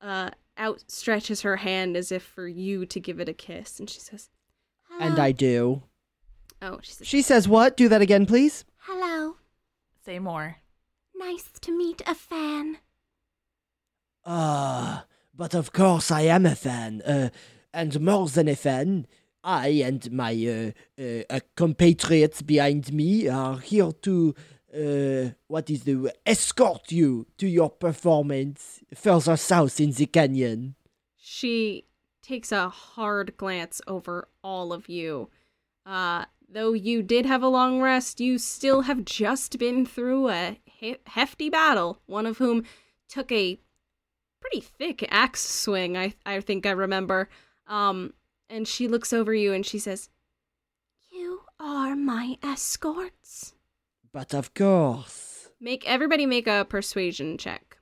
Speaker 1: uh outstretches her hand as if for you to give it a kiss, and she says, "Hello."
Speaker 3: and I do.
Speaker 1: oh she says
Speaker 3: She says, "What? Do that again, please."
Speaker 1: hello.
Speaker 2: Say more.
Speaker 1: Nice to meet a fan.
Speaker 3: Ah, but of course I am a fan, uh, and more than a fan. I and my uh, uh, uh, compatriots behind me are here to, uh, what is the escort you to your performance further south in the canyon.
Speaker 1: She takes a hard glance over all of you. Uh, though you did have a long rest, you still have just been through a he- hefty battle, one of whom took a pretty thick axe swing, I, I think I remember. Um, and she looks over you and she says, You are my escorts.
Speaker 3: But of course,
Speaker 1: Make everybody make a persuasion check.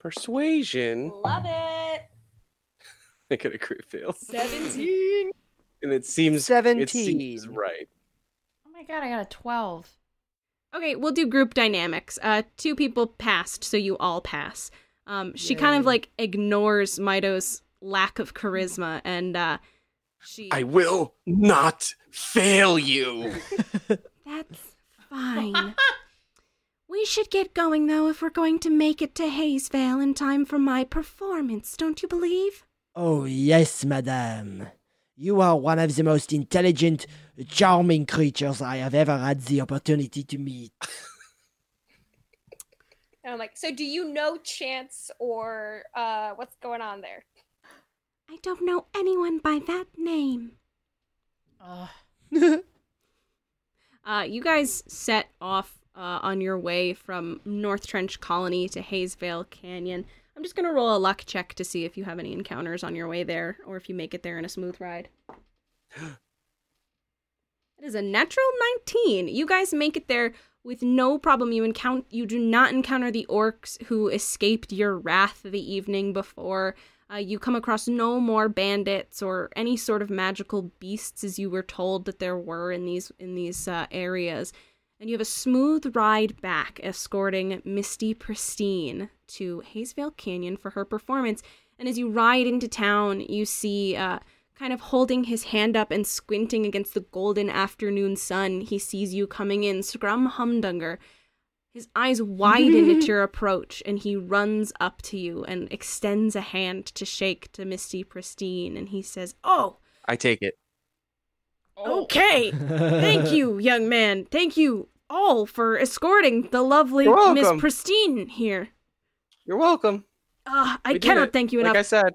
Speaker 5: Persuasion.
Speaker 4: Love it.
Speaker 5: I get a crit fail.
Speaker 4: 17.
Speaker 5: And it seems It
Speaker 3: 17.
Speaker 5: seems right.
Speaker 2: Oh my god, I got a twelve.
Speaker 1: Okay, we'll do group dynamics. Uh, two people passed, so you all pass. Um, she kind of like ignores Mido's lack of charisma, and uh, she.
Speaker 5: I will not fail you.
Speaker 1: That's fine. we should get going though if we're going to make it to Hayesvale in time for my performance, don't you believe?
Speaker 3: Oh, yes, madame. You are one of the most intelligent, charming creatures I have ever had the opportunity to meet.
Speaker 4: And I'm like, so do you know Chance or uh, what's going on there?
Speaker 1: I don't know anyone by that name.
Speaker 2: Ugh.
Speaker 1: Uh, you guys set off uh, on your way from North Trench Colony to Hayesvale Canyon. I'm just gonna roll a luck check to see if you have any encounters on your way there, or if you make it there in a smooth ride. it is a natural 19. You guys make it there with no problem. You encounter, you do not encounter the orcs who escaped your wrath the evening before. Uh, you come across no more bandits or any sort of magical beasts as you were told that there were in these in these uh, areas, and you have a smooth ride back, escorting Misty Pristine to Hayesvale Canyon for her performance. And as you ride into town, you see. Uh, Kind of holding his hand up and squinting against the golden afternoon sun, he sees you coming in, Scrum Humdunger, his eyes widen at your approach, and he runs up to you and extends a hand to shake to Misty Pristine, and he says, "Oh,
Speaker 5: I take it. Oh.
Speaker 1: okay, thank you, young man. Thank you all for escorting the lovely
Speaker 5: You're
Speaker 1: Miss
Speaker 5: welcome.
Speaker 1: Pristine here.
Speaker 5: You're welcome.
Speaker 1: Ah, I
Speaker 5: We did
Speaker 1: cannot
Speaker 5: it.
Speaker 1: thank you
Speaker 5: like
Speaker 1: enough."
Speaker 5: I said,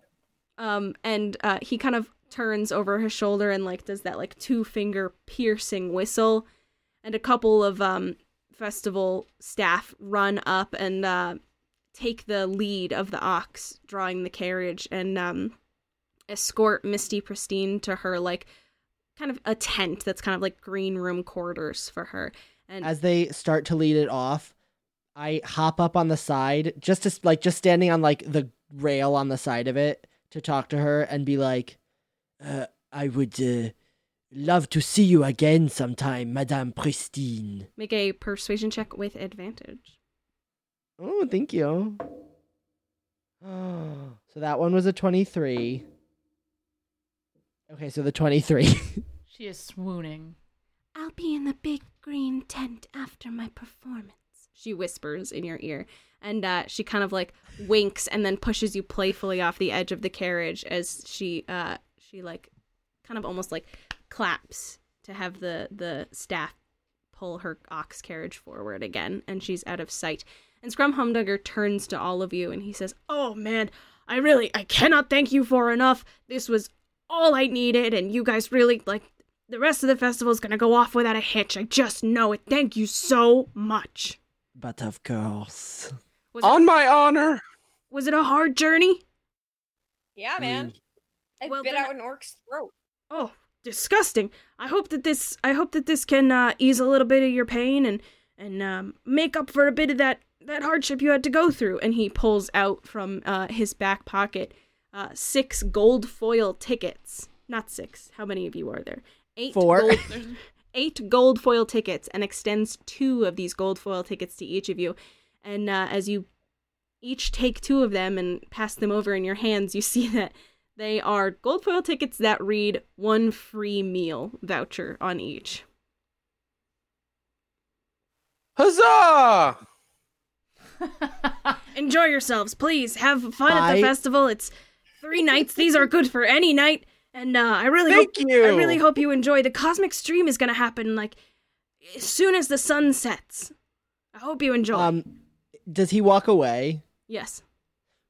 Speaker 1: um and uh he kind of turns over his shoulder and like does that like two finger piercing whistle and a couple of um festival staff run up and uh take the lead of the ox drawing the carriage and um escort misty pristine to her like kind of a tent that's kind of like green room quarters for her and
Speaker 3: as they start to lead it off i hop up on the side just to like just standing on like the rail on the side of it to talk to her and be like uh, i would uh, love to see you again sometime madame pristine
Speaker 1: make a persuasion check with advantage
Speaker 3: oh thank you so that one was a 23 okay so the 23
Speaker 2: She is swooning.
Speaker 1: I'll be in the big green tent after my performance, she whispers in your ear. And uh, she kind of like winks and then pushes you playfully off the edge of the carriage as she, uh, she like kind of almost like claps to have the, the staff pull her ox carriage forward again. And she's out of sight. And Scrum Humdugger turns to all of you and he says, "Oh man, I really I cannot thank you for enough. This was all I needed, and you guys really like the rest of the festival is gonna go off without a hitch. I just know it. Thank you so much."
Speaker 3: But of course.
Speaker 1: Was
Speaker 5: On
Speaker 1: it,
Speaker 5: my honor.
Speaker 1: was it a hard journey?
Speaker 4: Yeah, man. I
Speaker 1: Well,
Speaker 4: bit
Speaker 1: then-
Speaker 4: out an orc's throat.
Speaker 1: Oh, disgusting. I hope that this I hope that this can uh, ease a little bit of your pain and and um, make up for a bit of that that hardship you had to go through. And he pulls out from uh, his back pocket uh, six gold foil tickets. Not six. How many of you are there? Eight
Speaker 3: Four.
Speaker 1: Gold, eight gold foil tickets, and extends two of these gold foil tickets to each of you. And uh, as you each take two of them and pass them over in your hands, you see that they are gold foil tickets that read one free meal voucher on each.
Speaker 5: Huzzah!
Speaker 1: Enjoy yourselves, please. Have fun at
Speaker 3: I-
Speaker 1: the festival. It's three nights. These are good for any night. And uh, I really
Speaker 5: Thank
Speaker 1: hope
Speaker 5: you.
Speaker 1: I really hope you enjoy. The cosmic stream is gonna happen like as soon as the sun sets. I hope you enjoy.
Speaker 3: Um, does he walk away?
Speaker 1: yes.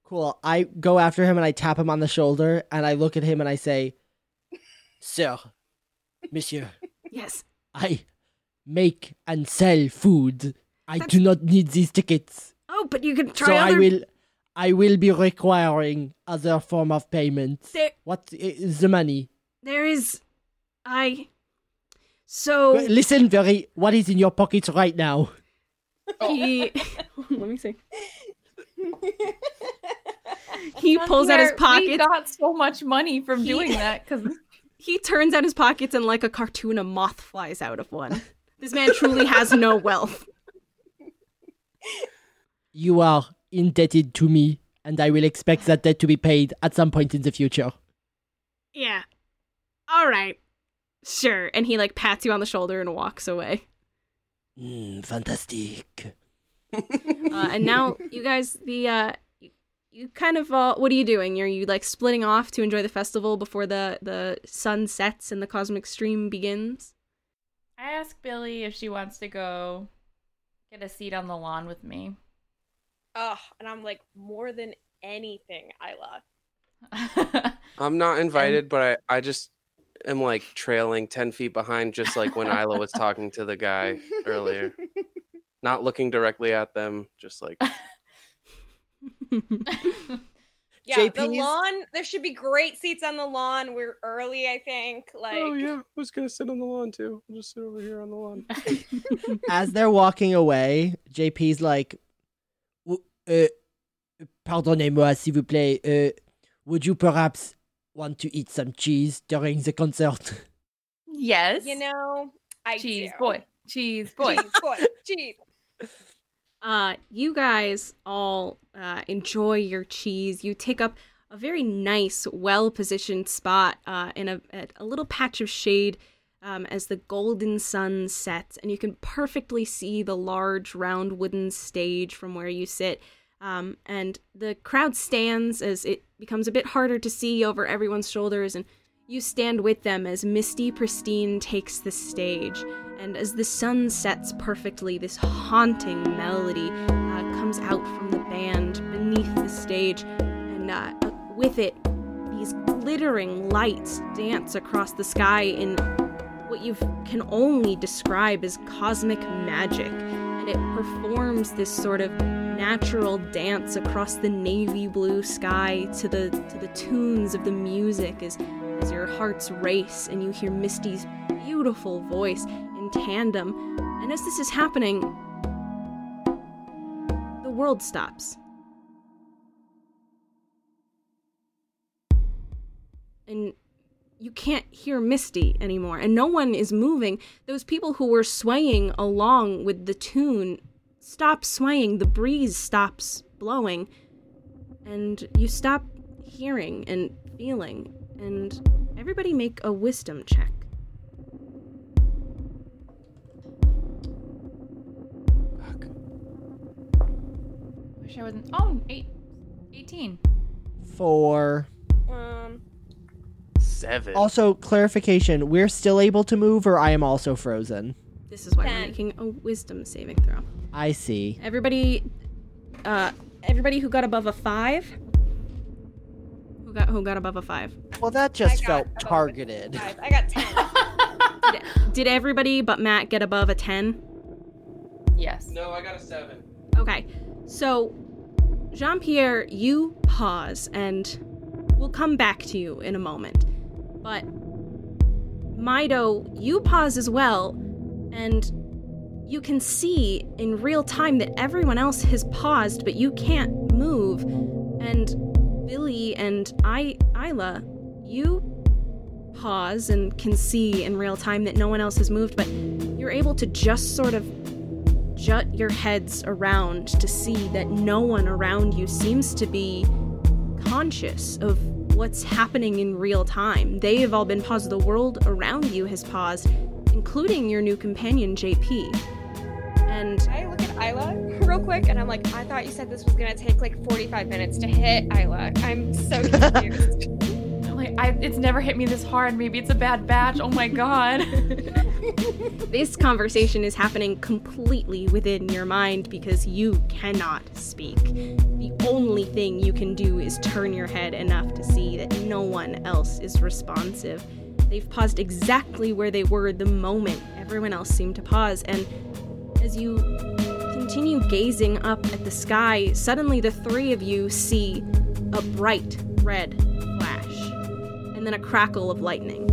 Speaker 3: Cool. I go after him and I tap him on the shoulder and I look at him and I say, Sir, Monsieur,
Speaker 1: Yes.
Speaker 3: I make and sell food. I
Speaker 1: That's-
Speaker 3: do not need these tickets.
Speaker 1: Oh, but you can try
Speaker 3: so
Speaker 1: other
Speaker 3: I will I will be requiring other form of payment.
Speaker 1: There-
Speaker 3: What is the money?
Speaker 1: there is I so
Speaker 3: Listen very what is in your pockets right now?
Speaker 1: he let me see. he pulls out his
Speaker 2: We
Speaker 1: pockets.
Speaker 2: got so much money from doing that because
Speaker 1: He turns out his pockets and like a cartoon a moth flies out of one. This man truly has no wealth.
Speaker 3: You are indebted to me and I will expect that debt to be paid at some point in the future.
Speaker 1: Yeah. All right. Sure. And he like pats you on the shoulder and walks away.
Speaker 3: Mm, fantastic.
Speaker 1: Uh, and now you guys the uh you, you kind of uh, what are you doing? Are you like splitting off to enjoy the festival before the the sun sets and the cosmic stream begins?
Speaker 2: I asked Billy if she wants to go get a seat on the lawn with me.
Speaker 4: Ugh, and I'm like, more than anything, Isla.
Speaker 5: I'm not invited, but I, I just am like trailing 10 feet behind, just like when Isla was talking to the guy earlier. Not looking directly at them, just like,
Speaker 4: Yeah, the
Speaker 3: JP's
Speaker 4: lawn. There should be great seats on the lawn. We're early, I think. Like,
Speaker 5: oh yeah, I was gonna sit on the lawn too. I'll just sit over here on the lawn.
Speaker 3: As they're walking away, JP's like, "W- uh, Pardonnez-moi, s'il vous plaît. Uh, would you perhaps want to eat some cheese during the concert?
Speaker 2: yes.
Speaker 4: you know, I
Speaker 2: cheese
Speaker 4: do.
Speaker 2: boy. Cheese boy.
Speaker 4: cheese boy, cheese.
Speaker 1: Uh, you guys all uh, enjoy your cheese. You take up a very nice, well positioned spot uh, in a, at a little patch of shade um, as the golden sun sets, and you can perfectly see the large, round wooden stage from where you sit. Um, and the crowd stands as it becomes a bit harder to see over everyone's shoulders, and you stand with them as Misty Pristine takes the stage, and as the sun sets perfectly, this haunting melody uh, comes out from the band beneath the stage, and uh, with it, these glittering lights dance across the sky in what you can only describe as cosmic magic, and it performs this sort of natural dance across the navy blue sky to the to the tunes of the music as as your hearts race and you hear Misty's beautiful voice in tandem. And as this is happening, the world stops. And you can't hear Misty anymore, and no one is moving. Those people who were swaying along with the tune stop swaying, the breeze stops blowing, and you stop hearing and feeling. And everybody make a wisdom check.
Speaker 5: Fuck.
Speaker 2: Wish I wasn't. Oh, eight, 18.
Speaker 3: For
Speaker 4: Um,
Speaker 5: Seven.
Speaker 3: also clarification, we're still able to move, or I am also frozen.
Speaker 1: This is why
Speaker 4: Ten.
Speaker 1: we're making a wisdom saving throw.
Speaker 3: I see.
Speaker 1: Everybody Uh, everybody who got above a five. Who got who got above a five?
Speaker 7: Well, that
Speaker 4: I
Speaker 7: just
Speaker 4: got
Speaker 7: felt
Speaker 4: above a
Speaker 7: targeted.
Speaker 4: 55. I got 10.
Speaker 1: Did everybody but Matt get above a ten?
Speaker 2: yes.
Speaker 5: No, I got a seven.
Speaker 1: Okay. So, Jean Pierre, you pause and we'll come back to you in a moment. But, Mido, you pause as well, and you can see in real time that everyone else has paused, but you can't move. And Billy and I, Isla, you pause and can see in real time that no one else has moved, but you're able to just sort of jut your heads around to see that no one around you seems to be conscious of what's happening in real time. They have all been paused. The world around you has paused, including your new companion, JP. And
Speaker 4: I look at Isla real quick and I'm like, I thought you said this was gonna take like 45 minutes to hit Isla. I'm so confused.
Speaker 2: I'm like, I, it's never hit me this hard. Maybe it's a bad batch. Oh my god.
Speaker 1: this conversation is happening completely within your mind because you cannot speak. The only thing you can do is turn your head enough to see that no one else is responsive. They've paused exactly where they were the moment everyone else seemed to pause, and as you continue gazing up at the sky, suddenly the three of you see a bright red flash and then a crackle of lightning.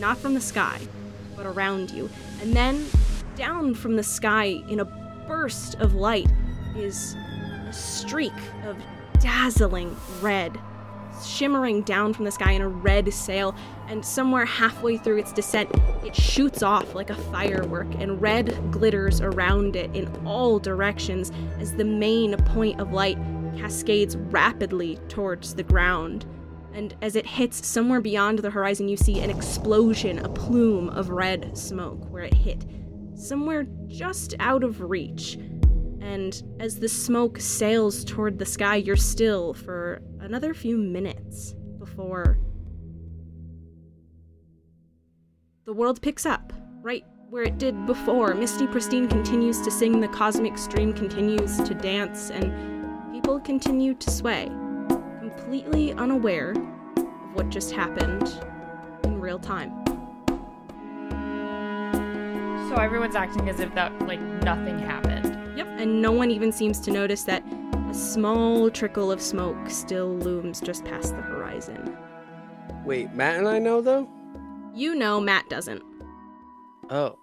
Speaker 1: Not from the sky, but around you. And then down from the sky in a burst of light is a streak of dazzling red shimmering down from the sky in a red sail and somewhere halfway through its descent it shoots off like a firework and red glitters around it in all directions as the main point of light cascades rapidly towards the ground and as it hits somewhere beyond the horizon, you see an explosion, a plume of red smoke where it hit, somewhere just out of reach. And as the smoke sails toward the sky, you're still for another few minutes before the world picks up right where it did before. Misty Pristine continues to sing, the cosmic stream continues to dance, and people continue to sway completely unaware of what just happened in real time.
Speaker 2: so everyone's acting as if that like nothing happened.
Speaker 1: Yep. And no one even seems to notice that a small trickle of smoke still looms just past the horizon.
Speaker 5: Wait, Matt and I know though.
Speaker 1: You know Matt doesn't.
Speaker 5: Oh,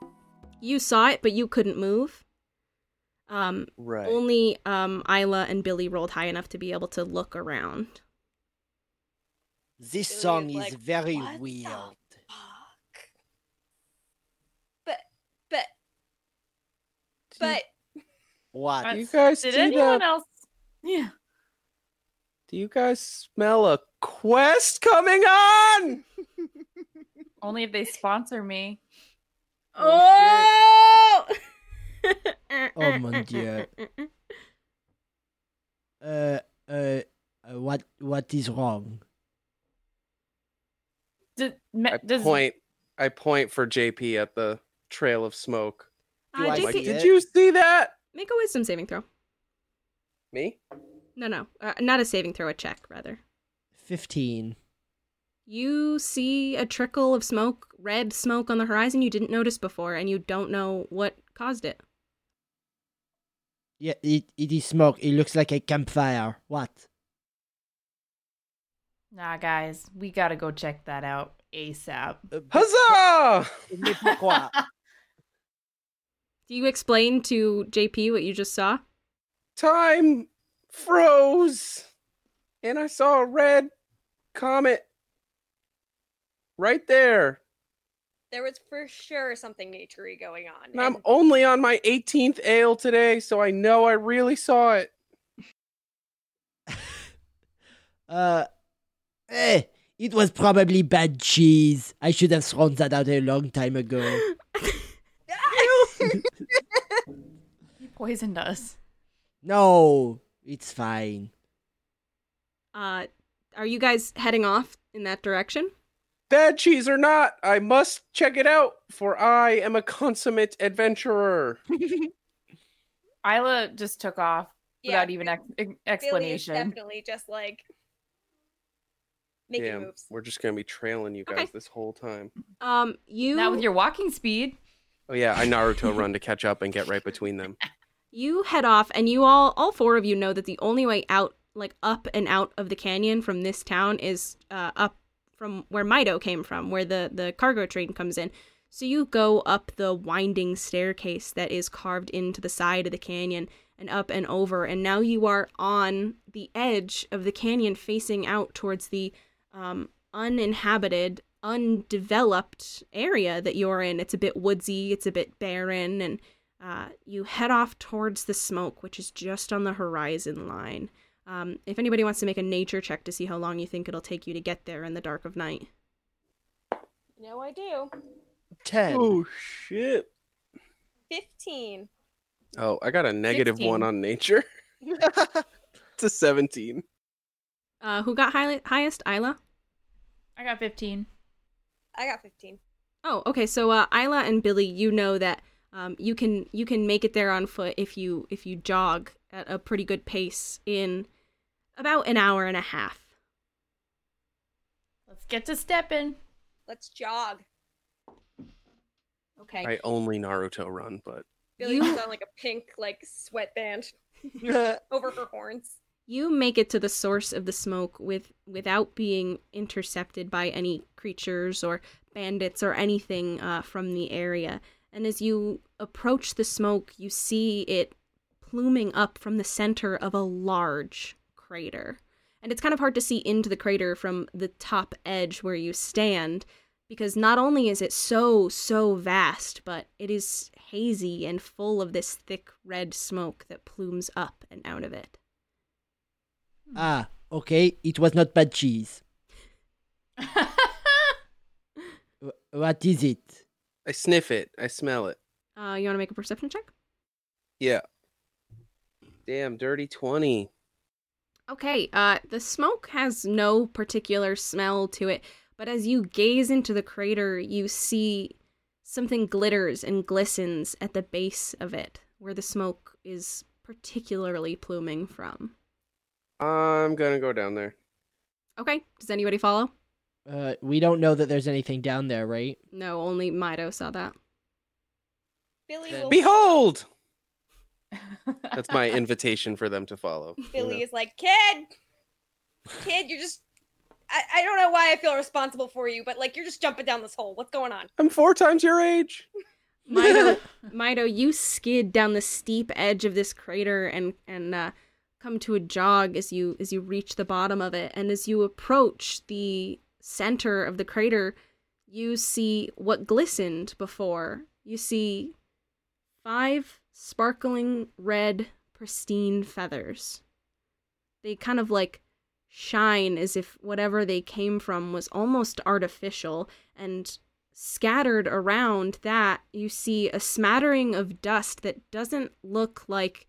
Speaker 1: You saw it, but you couldn't move. Um,
Speaker 5: right.
Speaker 1: Only um, Isla and Billy rolled high enough to be able to look around.
Speaker 7: This
Speaker 4: Billy is
Speaker 7: song is
Speaker 4: like,
Speaker 7: very
Speaker 4: "What the
Speaker 7: weird.
Speaker 4: Fuck. But, but, but,
Speaker 7: What?
Speaker 5: you guys
Speaker 2: Did
Speaker 5: see
Speaker 2: anyone
Speaker 5: that?
Speaker 2: else? Yeah.
Speaker 5: Do you guys smell a quest coming on?
Speaker 2: Only if they sponsor me.
Speaker 1: Oh!
Speaker 3: Oh, mon Dieu. Uh, uh, uh, what, what is wrong?
Speaker 2: Did, me,
Speaker 5: I
Speaker 2: Uh, does,
Speaker 5: point. I point for JP at the trail of smoke.
Speaker 1: Uh,
Speaker 7: Do I
Speaker 5: I'm like,
Speaker 1: JP,
Speaker 7: see
Speaker 5: did
Speaker 7: it?"
Speaker 5: you see that?
Speaker 1: make a wisdom saving throw.
Speaker 5: Me?
Speaker 1: No, no, uh, not a saving throw, a check rather.
Speaker 3: 15.
Speaker 1: You see a trickle of smoke, red smoke on the horizon you didn't notice before, and you don't know what caused it.
Speaker 3: Yeah, it, it is smoke. It looks like a campfire. What?
Speaker 2: Nah, guys, we gotta go check that out asap.
Speaker 7: Uh,
Speaker 5: Huzzah!
Speaker 7: mais pourquoi?
Speaker 1: Do you explain to JP what you just saw?
Speaker 5: Time froze, and I saw a red comet right there.
Speaker 4: there was for sure something naturey going on.
Speaker 5: And I'm
Speaker 4: and
Speaker 5: only on my 18th ale today, so I know I really saw it.
Speaker 3: Uh, eh, it was probably bad cheese. I should have thrown that out a long time ago.
Speaker 2: He poisoned us.
Speaker 3: no, it's fine.
Speaker 1: Uh, are you guys heading off in that direction?
Speaker 5: Bad cheese or not, I must check it out, for I am a consummate adventurer.
Speaker 2: Isla just took off without even ex- ex-
Speaker 4: Billy is
Speaker 2: explanation.
Speaker 4: definitely just like making
Speaker 5: Damn,
Speaker 4: moves.
Speaker 5: we're just gonna be trailing you guys
Speaker 1: Okay.
Speaker 5: this whole time.
Speaker 1: Um, you
Speaker 2: Not with your walking speed.
Speaker 5: Oh yeah, I Naruto run to catch up and get right between them.
Speaker 1: you head off and you all all four of you know that the only way out like up and out of the canyon from this town is uh, up from where Mido came from where the the cargo train comes in so you go up the winding staircase that is carved into the side of the canyon and up and over and now you are on the edge of the canyon facing out towards the um, uninhabited undeveloped area that you're in it's a bit woodsy it's a bit barren and uh, you head off towards the smoke, which is just on the horizon line. Um, if anybody wants to make a nature check to see how long you think it'll take you to get there in the dark of night,
Speaker 4: No, I do.
Speaker 7: Ten.
Speaker 5: Oh, shit!
Speaker 4: Fifteen.
Speaker 5: Oh, I got a negative one
Speaker 2: 16.
Speaker 5: on nature. it's a seventeen.
Speaker 1: uh, who got high- highest? Isla.
Speaker 2: I got 15.
Speaker 4: I got fifteen.
Speaker 1: Oh, okay. So uh, Isla and Billy, you know that um, you can you can make it there on foot if you if you jog at a pretty good pace in about an hour and a half.
Speaker 2: Let's get to stepping.
Speaker 4: Let's jog.
Speaker 1: Okay.
Speaker 5: I only Naruto run, but
Speaker 4: Billy
Speaker 1: You-
Speaker 4: puts on like a pink like sweatband over her horns.
Speaker 1: you make it to the source of the smoke with without being intercepted by any creatures or bandits or anything uh, from the area and as you approach the smoke you see it pluming up from the center of a large crater and it's kind of hard to see into the crater from the top edge where you stand because not only is it so so vast but it is hazy and full of this thick red smoke that plumes up and out of it
Speaker 3: ah, okay. It was not bad cheese. Wh- What is it?
Speaker 5: I sniff it. I smell it.
Speaker 1: Uh, you want to make a perception check?
Speaker 5: Yeah. Damn, dirty twenty.
Speaker 1: Okay. Uh, the smoke has no particular smell to it, but as you gaze into the crater, you see something glitters and glistens at the base of it, where the smoke is particularly pluming from.
Speaker 5: I'm gonna go down there.
Speaker 1: Okay. Does anybody follow?
Speaker 3: Uh, we don't know that there's anything down there, right?
Speaker 1: No, only Mido saw that.
Speaker 4: Billy
Speaker 7: Then-
Speaker 4: will.
Speaker 5: Behold! That's my invitation for them to follow. you
Speaker 4: Billy
Speaker 5: know?
Speaker 4: is like, kid, kid, you're just. I, I don't know why I feel responsible for you, but like you're just jumping down this hole. What's going on?
Speaker 5: I'm four times your age.
Speaker 1: Mido, Mido, you skid down the steep edge of this crater and and uh, come to a jog as you as you reach the bottom of it. And as you approach the center of the crater, you see what glistened before. You see five sparkling red, pristine feathers. They kind of like shine as if whatever they came from was almost artificial and scattered around that you see a smattering of dust that doesn't look like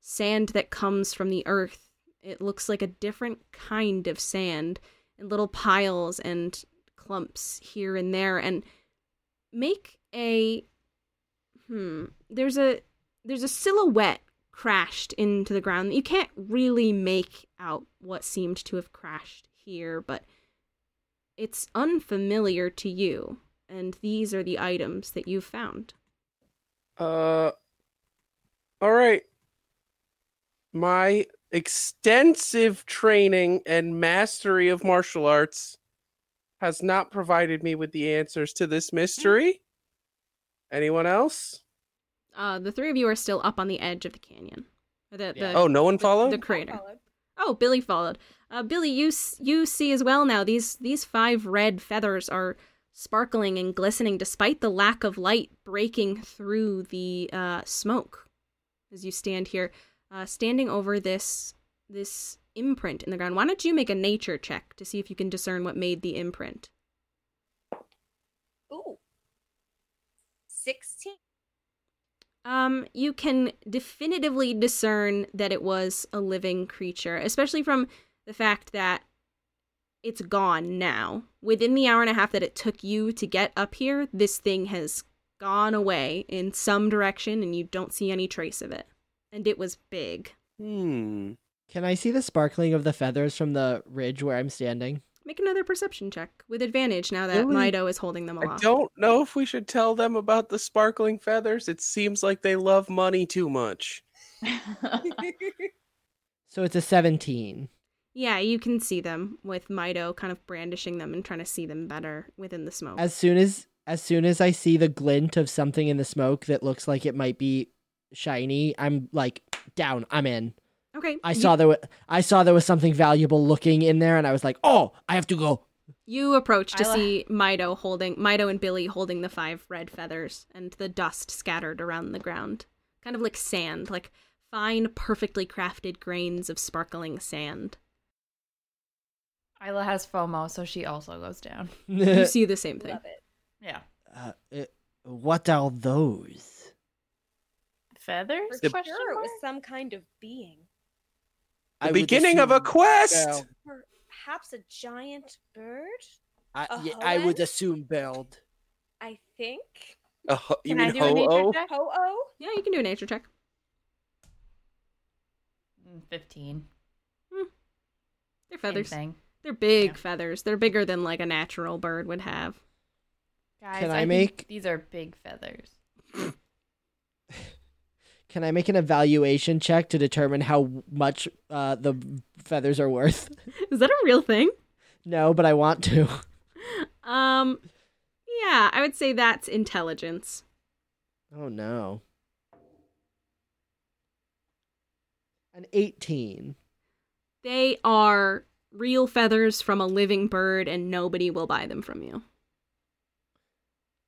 Speaker 1: sand that comes from the earth it looks like a different kind of sand in little piles and clumps here and there and make a hmm there's a there's a silhouette crashed into the ground you can't really make out what seemed to have crashed here but it's unfamiliar to you and these are the items that you've found.
Speaker 5: Uh, all right. My extensive training and mastery of martial arts has not provided me with the answers to this mystery. Anyone else?
Speaker 1: Uh, the three of you are still up on the edge of the canyon. Or The, the,
Speaker 3: Yeah.
Speaker 5: Oh, no one
Speaker 1: the- The,
Speaker 5: followed?
Speaker 1: crater.
Speaker 4: Followed.
Speaker 1: Oh, Billy followed. Uh, Billy, you s- you see as well now. These these five red feathers are sparkling and glistening despite the lack of light breaking through the uh, smoke. As you stand here, uh, standing over this this imprint in the ground. Why don't you make a nature check to see if you can discern what made the imprint?
Speaker 4: Ooh. 16.
Speaker 1: Um, you can definitively discern that it was a living creature, especially from the fact that it's gone now. Within the hour and a half that it took you to get up here, this thing has gone away in some direction and you don't see any trace of it. And it was big.
Speaker 5: Hmm.
Speaker 3: Can I see the sparkling of the feathers from the ridge where I'm standing?
Speaker 1: Make another perception check with advantage now that
Speaker 5: Really?
Speaker 1: Mido is holding them
Speaker 5: I
Speaker 1: aloft.
Speaker 5: don't know if we should tell them about the sparkling feathers. It seems like they love money too much.
Speaker 3: So it's a 17.
Speaker 1: Yeah, you can see them with Mido kind of brandishing them and trying to see them better within the smoke.
Speaker 3: As soon as as soon as I see the glint of something in the smoke that looks like it might be shiny, I'm like down. I'm in.
Speaker 1: okay,
Speaker 3: I
Speaker 1: you-
Speaker 3: saw there was, I saw there was something valuable looking in there and I was like, "Oh, I have to go."
Speaker 1: You approach to
Speaker 2: I la-
Speaker 1: see Mido holding Mido and Billy holding the five red feathers and the dust scattered around the ground, kind of like sand, like fine, perfectly crafted grains of sparkling sand.
Speaker 2: Isla has FOMO, so she also goes down.
Speaker 1: You see the same thing.
Speaker 6: Love it.
Speaker 2: Yeah.
Speaker 8: Uh, uh, what are those?
Speaker 6: For
Speaker 9: Feathers?
Speaker 6: sure,
Speaker 9: Question
Speaker 6: it was
Speaker 9: mark?
Speaker 6: some kind of being.
Speaker 8: I
Speaker 5: The
Speaker 8: would
Speaker 5: beginning of a
Speaker 8: assume-
Speaker 5: quest.
Speaker 8: Bell.
Speaker 6: Perhaps a giant bird.
Speaker 8: I,
Speaker 6: A
Speaker 8: yeah, I would
Speaker 6: hoe-en?
Speaker 8: assume build.
Speaker 6: I think.
Speaker 5: A ho- you
Speaker 2: Can I
Speaker 5: mean
Speaker 2: do a nature
Speaker 5: ho
Speaker 2: check?
Speaker 6: Ho oh.
Speaker 1: Yeah, you can do a nature check.
Speaker 2: Mm, Fifteen.
Speaker 1: They're
Speaker 2: Same
Speaker 1: feathers.
Speaker 2: thing.
Speaker 1: They're big
Speaker 2: Yeah.
Speaker 1: feathers. They're bigger than like a natural bird would have.
Speaker 2: Guys,
Speaker 3: Can I
Speaker 2: think
Speaker 3: make-
Speaker 2: these are big feathers?
Speaker 3: Can I make an evaluation check to determine how much uh, the feathers are worth?
Speaker 1: Is that a real thing?
Speaker 3: No, but I want to.
Speaker 1: Um yeah, I would say that's intelligence.
Speaker 3: Oh no. An 18.
Speaker 1: They are real feathers from a living bird and nobody will buy them from you.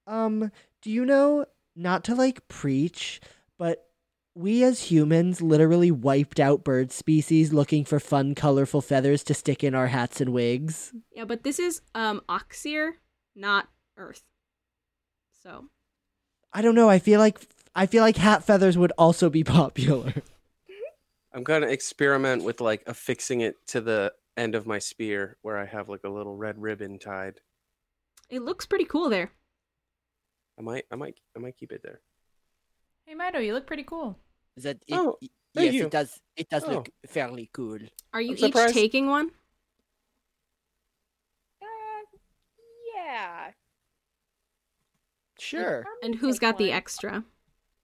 Speaker 3: Um, do you know, not to like preach, but we as humans literally wiped out bird species looking for fun, colorful feathers to stick in our hats and wigs?
Speaker 1: Yeah, but this is um Oxir, not Earth. So
Speaker 3: I don't know. I feel like. I feel like hat feathers would also be popular.
Speaker 5: I'm gonna experiment with like affixing it to the end of my spear where I have like a little red ribbon tied.
Speaker 1: it looks pretty cool there.
Speaker 5: I might, I might, I might keep it there.
Speaker 2: Hey Mido, you look pretty cool.
Speaker 8: Is that it,
Speaker 5: Oh,
Speaker 8: y-
Speaker 5: thank
Speaker 8: yes,
Speaker 5: you.
Speaker 8: it does. It does
Speaker 5: Oh.
Speaker 8: look fairly cool.
Speaker 1: Are you
Speaker 5: I'm
Speaker 1: each
Speaker 5: surprised-
Speaker 1: taking one?
Speaker 6: Uh, yeah.
Speaker 3: Sure.
Speaker 6: I'm
Speaker 1: And
Speaker 6: gonna
Speaker 1: who's
Speaker 6: take
Speaker 1: got the
Speaker 6: one.
Speaker 1: extra?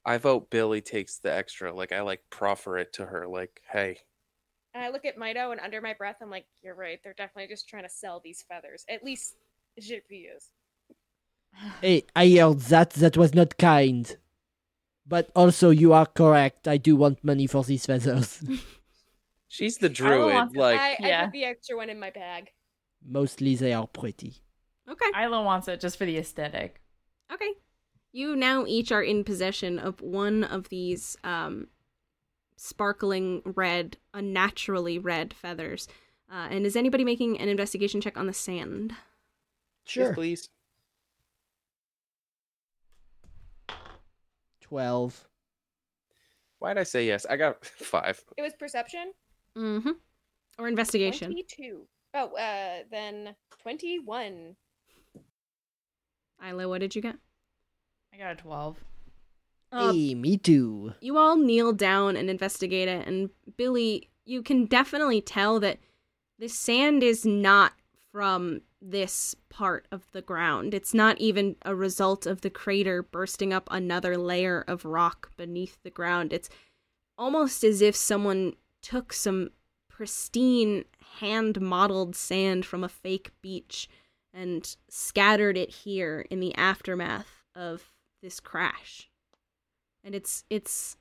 Speaker 5: I vote Billy takes the extra. Like I like proffer it to her. Like, hey,
Speaker 6: And I look at Mido and under my breath, I'm like, you're right. They're definitely just trying to sell these feathers. At least GPUs.
Speaker 3: Hey, I yelled that. That was not kind. But also, you are correct. I do want money for these feathers.
Speaker 5: she's the
Speaker 2: Isla
Speaker 5: druid.
Speaker 2: wants it.
Speaker 5: Like,
Speaker 6: I, I
Speaker 2: yeah.
Speaker 6: put the extra one in my bag.
Speaker 3: Mostly, they are pretty.
Speaker 1: Okay.
Speaker 2: Isla wants it just for the aesthetic.
Speaker 1: Okay. You now each are in possession of one of these um, sparkling red, unnaturally red feathers. Uh, and is anybody making an investigation check on the sand?
Speaker 5: yes,
Speaker 3: Sure.
Speaker 5: please.
Speaker 3: 12.
Speaker 5: Why'd I say yes? I got five.
Speaker 6: It was perception.
Speaker 1: Mm hmm. Or investigation.
Speaker 6: Twenty-two. Oh, uh, then twenty-one.
Speaker 1: Isla, what did you get?
Speaker 2: I got a twelve.
Speaker 1: Uh,
Speaker 3: hey, me too.
Speaker 1: you all kneel down and investigate it and billy you can definitely tell that the sand is not from this part of the ground it's not even a result of the crater bursting up another layer of rock beneath the ground it's almost as if someone took some pristine hand modeled sand from a fake beach and scattered it here in the aftermath of this crash and it's it's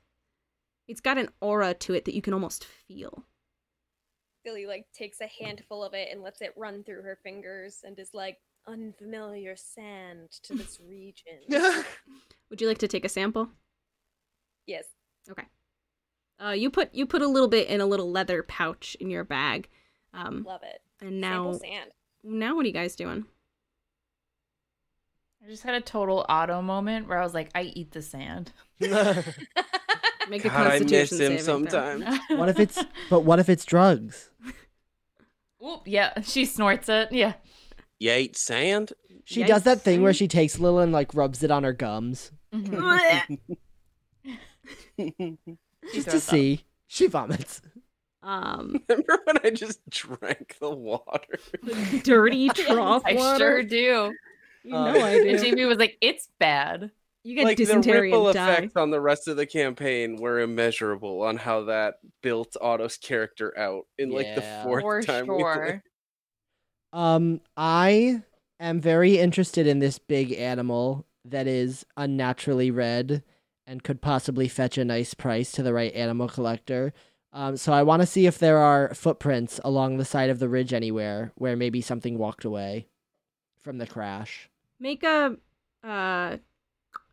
Speaker 1: it's got an aura to it that you can almost feel.
Speaker 6: Billy like takes a handful of it and lets it run through her fingers and is like unfamiliar sand to this region.
Speaker 1: Would you like to take a sample?
Speaker 6: yes.
Speaker 1: Uh, you put you put a little bit in a little leather pouch in your bag, um,
Speaker 6: Love it.
Speaker 1: and now
Speaker 6: Sample sand.
Speaker 1: now what are you guys doing?
Speaker 2: I just had a total auto moment where I was like, I eat the sand.
Speaker 1: Make
Speaker 5: God, I miss him
Speaker 1: saving throw.
Speaker 5: sometimes.
Speaker 3: What if it's. but what if it's drugs?
Speaker 2: Oop, yeah, she snorts it. Yeah.
Speaker 5: You ate sand?
Speaker 3: She does that
Speaker 1: Yikes.
Speaker 3: thing where she takes Lil and, like, rubs it on her gums.
Speaker 2: Mhm.
Speaker 1: Blech.
Speaker 2: She
Speaker 3: Just to
Speaker 2: throws up.
Speaker 3: see. She vomits.
Speaker 1: Um,
Speaker 5: Remember when I just drank the water?
Speaker 1: dirty trough
Speaker 2: I
Speaker 1: water.
Speaker 2: sure do.
Speaker 1: You
Speaker 5: Uh,
Speaker 1: know I do.
Speaker 2: And Jamie was like, "It's bad."
Speaker 1: You get
Speaker 5: like the
Speaker 1: dysentery
Speaker 5: ripple
Speaker 1: and die.
Speaker 5: effects on the rest of the campaign were immeasurable on how that built Otto's character out in like the
Speaker 10: Yeah.
Speaker 5: fourth
Speaker 2: for
Speaker 5: time we played.
Speaker 2: sure.
Speaker 3: Um, I am very interested in this big animal that is unnaturally red and could possibly fetch a nice price to the right animal collector. Um, so I want to see if there are footprints along the side of the ridge anywhere where maybe something walked away from the crash.
Speaker 1: Make a uh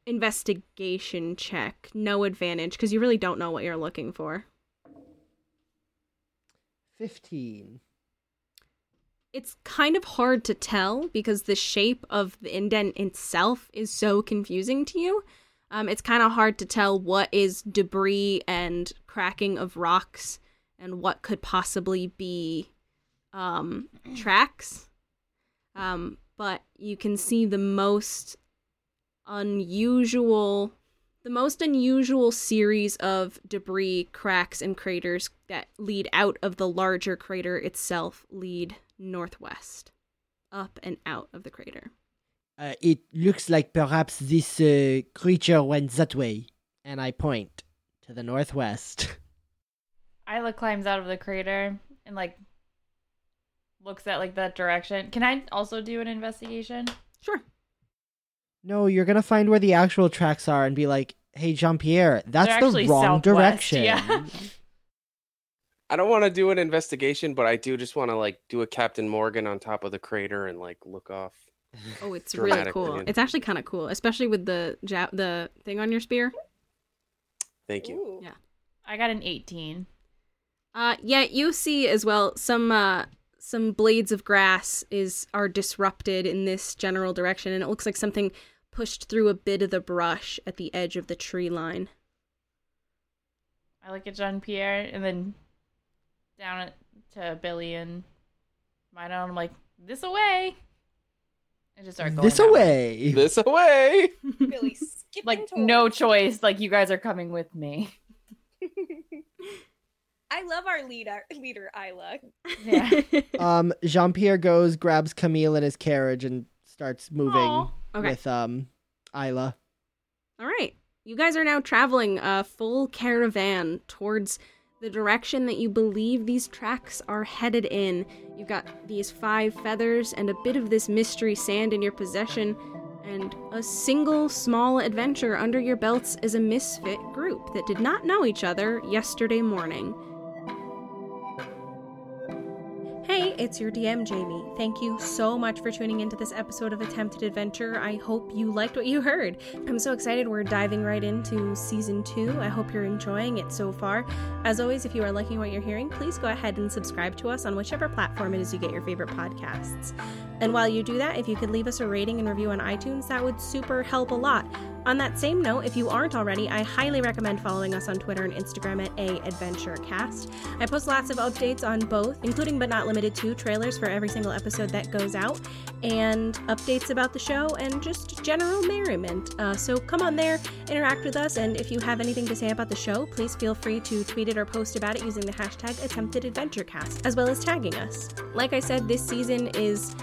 Speaker 1: investigation check. No advantage because you really don't know what you're looking for.
Speaker 3: 15.
Speaker 1: It's kind of hard to tell because the shape of the indent itself is so confusing to you. Um, it's kind of hard to tell what is debris and cracking of rocks and what could possibly be um, tracks. Um, but you can see the most unusual, the most unusual series of debris, cracks, and craters that lead out of the larger crater itself lead northwest, up and out of the crater.
Speaker 3: Uh, it looks like perhaps this uh, creature went that way. And I point to the northwest.
Speaker 2: Isla climbs out of the crater and like looks at like that direction. Can I also do an investigation?
Speaker 1: Sure.
Speaker 3: no, you're going to find where the actual tracks are and be like, hey, Jean Pierre, that's the
Speaker 2: actually
Speaker 3: wrong
Speaker 2: southwest,
Speaker 3: direction.
Speaker 2: yeah.
Speaker 5: I don't want to do an investigation, but I do just want to like do a Captain Morgan on top of the crater and like look off.
Speaker 1: Oh, it's really
Speaker 5: Dramatic
Speaker 1: cool.
Speaker 5: reunion.
Speaker 1: It's actually kind of cool, especially with the ja- the thing on your spear.
Speaker 5: Thank you.
Speaker 6: Ooh.
Speaker 1: Yeah.
Speaker 2: I got an 18.
Speaker 1: Uh, yeah, you see as well some uh, some blades of grass is are disrupted in this general direction, and it looks like something pushed through a bit of the brush at the edge of the tree line.
Speaker 2: I look at Jean Pierre and then down at, to Billy and Mino. and I'm like, this away. I just start going.
Speaker 3: this
Speaker 2: that way.
Speaker 3: away.
Speaker 5: This away.
Speaker 6: Billy skipping
Speaker 2: Like,
Speaker 6: towards.
Speaker 2: no choice. Like, you guys are coming with me.
Speaker 6: I love our leader, leader Isla.
Speaker 2: Yeah.
Speaker 3: um, Jean Pierre goes, grabs Camille in his carriage, and starts moving
Speaker 2: Aw.
Speaker 1: Okay.
Speaker 3: with um Isla.
Speaker 1: All right. You guys are now traveling a full caravan towards the direction that you believe these tracks are headed in. You've got these five feathers and a bit of this mystery sand in your possession, and a single small adventure under your belts as a misfit group that did not know each other yesterday morning. Hey, it's your DM, Jamie. Thank you so much for tuning into this episode of Attempted Adventure. I hope you liked what you heard. I'm so excited we're diving right into season two. I hope you're enjoying it so far. As always, if you are liking what you're hearing, please go ahead and subscribe to us on whichever platform it is you get your favorite podcasts. And while you do that, if you could leave us a rating and review on iTunes, that would super help a lot. On that same note, if you aren't already, I highly recommend following us on Twitter and Instagram at AAdventureCast. I post lots of updates on both, including but not limited to trailers for every single episode that goes out, and updates about the show, and just general merriment. Uh, so come on there, interact with us, and if you have anything to say about the show, please feel free to tweet it or post about it using the hashtag AttemptedAdventureCast, as well as tagging us. Like I said, this season is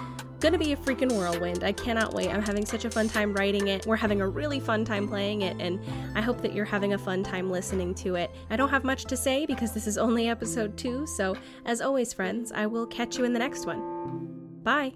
Speaker 1: gonna be a freaking whirlwind. I cannot wait. I'm having such a fun time writing it. We're having a really fun time playing it, and I hope that you're having a fun time listening to it. I don't have much to say because this is only episode two, so as always, friends, I will catch you in the next one. Bye.